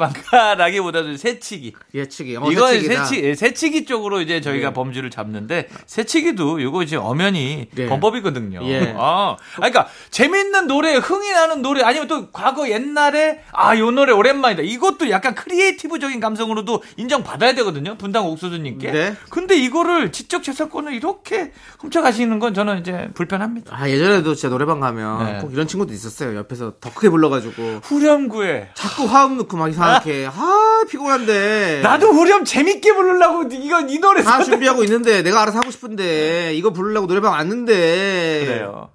고성방가라기보다는 새치기.
예측이. 어,
이건
세칙이다. 네.
새치, 예, 새치기 쪽으로 이제 저희가 범주를 잡는데 새치기도 이거 이제 엄연히
예.
범법이거든요.
예.
아, 아니, 그러니까 재밌는 노래, 흥이 나는 노래 아니면 또 과거 옛날에 아, 요 노래 오랜만이다. 이것도 약간 크리에이티브적인 감성으로도 인정받아야 되거든요. 분당 옥수수님께.
네.
근데 이거를 지적 재산권을 이렇게 훔쳐가시는 건 저는 이제 불편합니다.
아, 예전에도 진짜 노래방 가면
네.
꼭 이런 친구도 있었어요. 옆에서 더 크게 불러가지고.
후렴구에
자꾸 화음 넣고 막 이상하게. 아, 피곤한데.
나도 후렴 재밌게 부르려고 이거 이 노래
다 준비하고 있는데 내가 알아서 하고 싶은데 이거 부르려고 노래방 왔는데
예. 그래요.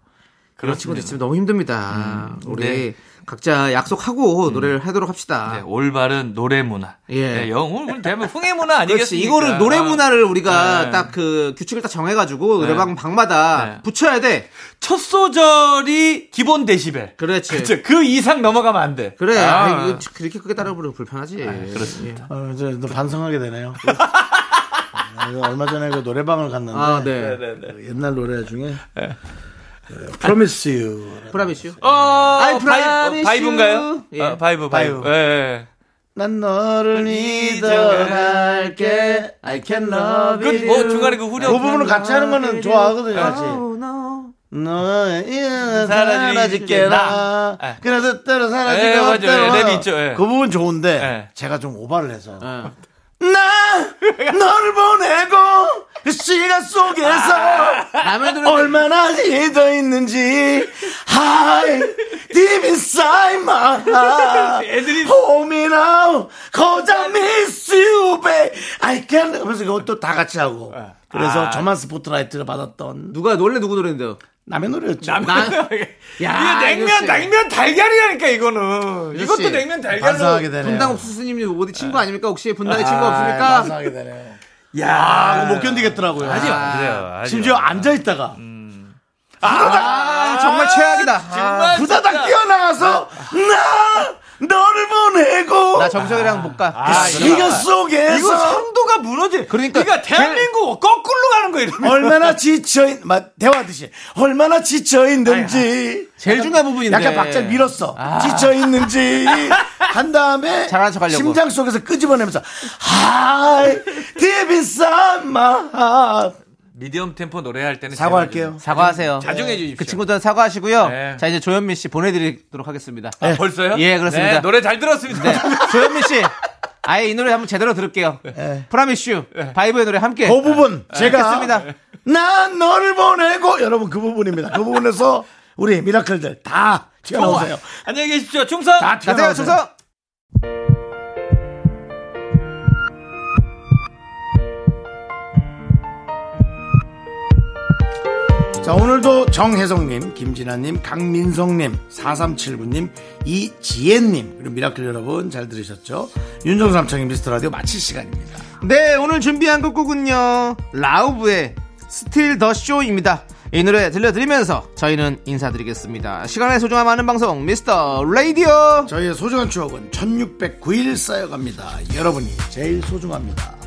이런 친구들 있으면 너무 힘듭니다. 우리
네. 음.
각자 약속하고 노래를 하도록 합시다.
네, 올바른 노래 문화.
예.
예. 영, 오늘 되면 흥의 문화
그렇지.
아니겠습니까?
이거를 노래 문화를 우리가
네.
딱 그 규칙을 딱 정해가지고 노래방 방마다
네.
붙여야 돼.
첫 소절이 기본 데시벨.
그렇지.
그쵸. 그 이상 넘어가면 안 돼.
그래.
아,
아, 이거 그렇게 크게 따라 부르면 불편하지.
그렇습니다.
아,
어, 이제 또 반성하게 되네요. 아, 이거 얼마 전에 그 노래방을 갔는데
아, 네.
그 옛날 노래 중에
어,
프로미스 유
프라미슈.
어,
I
바이, 어,
promise
바이브인가요?
you. 아, 예.
어, 바이브, 바이브.
바이브.
예,
난 너를 믿어갈게 I can
예.
love
그,
you
뭐, 중간에 그
그
후렴.
부분을 같이 하는 거는 좋아하거든요 같이 너의 사라질게 나
나. 아.
그래서 따로
예,
사라지고
맞아요.
따로
예, 랩이
와.
있죠, 예.
그 부분 좋은데
예.
제가 좀 오바를 해서 나 너를 보내고 그 시간 속에서
남의 노래
얼마나 잊어 있는지 High deep inside my heart
애들이-
Hold me now Cause I miss you babe I can't 그래서 그것도 다 같이 하고 그래서 저만 스포트라이트를 받았던
누가 원래 누구 노래인데요?
남의 노래였죠
아,
이거 냉면, 냉면 달걀이라니까, 이거는.
그렇지.
이것도 냉면 달걀로.
반성하게 되네요
분당 옥수수님 어디 친구 아닙니까? 혹시 분당에 친구
아,
없습니까?
반성하게 되네요 야, 그거 못 견디겠더라고요
아. 하지 마. 그래요. 하지
심지어
마.
음. 앉아있다가
아,
정말 최악이다.
정말
부다닥 뛰어나가서 나 너를 보내고
나 정석이랑 못 가.
시간
아, 이거
속에서
상도가 무너지.
그러니까
그러니까, 대한민국 거꾸로 가는 거예요. 이러면.
얼마나 지쳐인 막 대화하듯이 얼마나 지쳐있는지
제일 중요한 부분인데.
네.
약간 박자 밀었어
아.
지쳐있는지 한 다음에
잘하는 척 하려고.
심장 속에서 끄집어내면서 하이 디비 쌈마
미디엄 템포 노래할 때는
사과할게요
사과하세요.
자중해 주십시오.
그 친구들은 사과하시고요.
네.
자, 이제 조현민 씨 보내드리도록 하겠습니다.
제발. 아, 벌써요?
예, 그렇습니다.
네, 노래 잘 들었습니다.
네. 조현민 씨, 아예 이 노래 한번 제대로 들을게요. 프라미슈, 바이브의 노래 함께.
그 부분 제가
듣겠습니다.
난 너를 보내고 여러분 그 부분입니다 그 부분에서 우리 미라클들 다 튀어나오세요
안녕히 계십시오. 충성.
다
가세요,
튀어나오세요
충성!
자, 오늘도 정혜성님, 김진아님, 강민성님, 4379님, 이지혜님, 그리고 미라클 여러분 잘 들으셨죠? 윤정삼청의 미스터 라디오 마칠 시간입니다.
네, 오늘 준비한 곡곡은요. 라우브의 스틸 더 쇼입니다. 이 노래 들려드리면서 저희는 인사드리겠습니다. 시간의 소중함 아는 방송, 미스터 라디오!
저희의 소중한 추억은 1609일 쌓여갑니다. 여러분이 제일 소중합니다.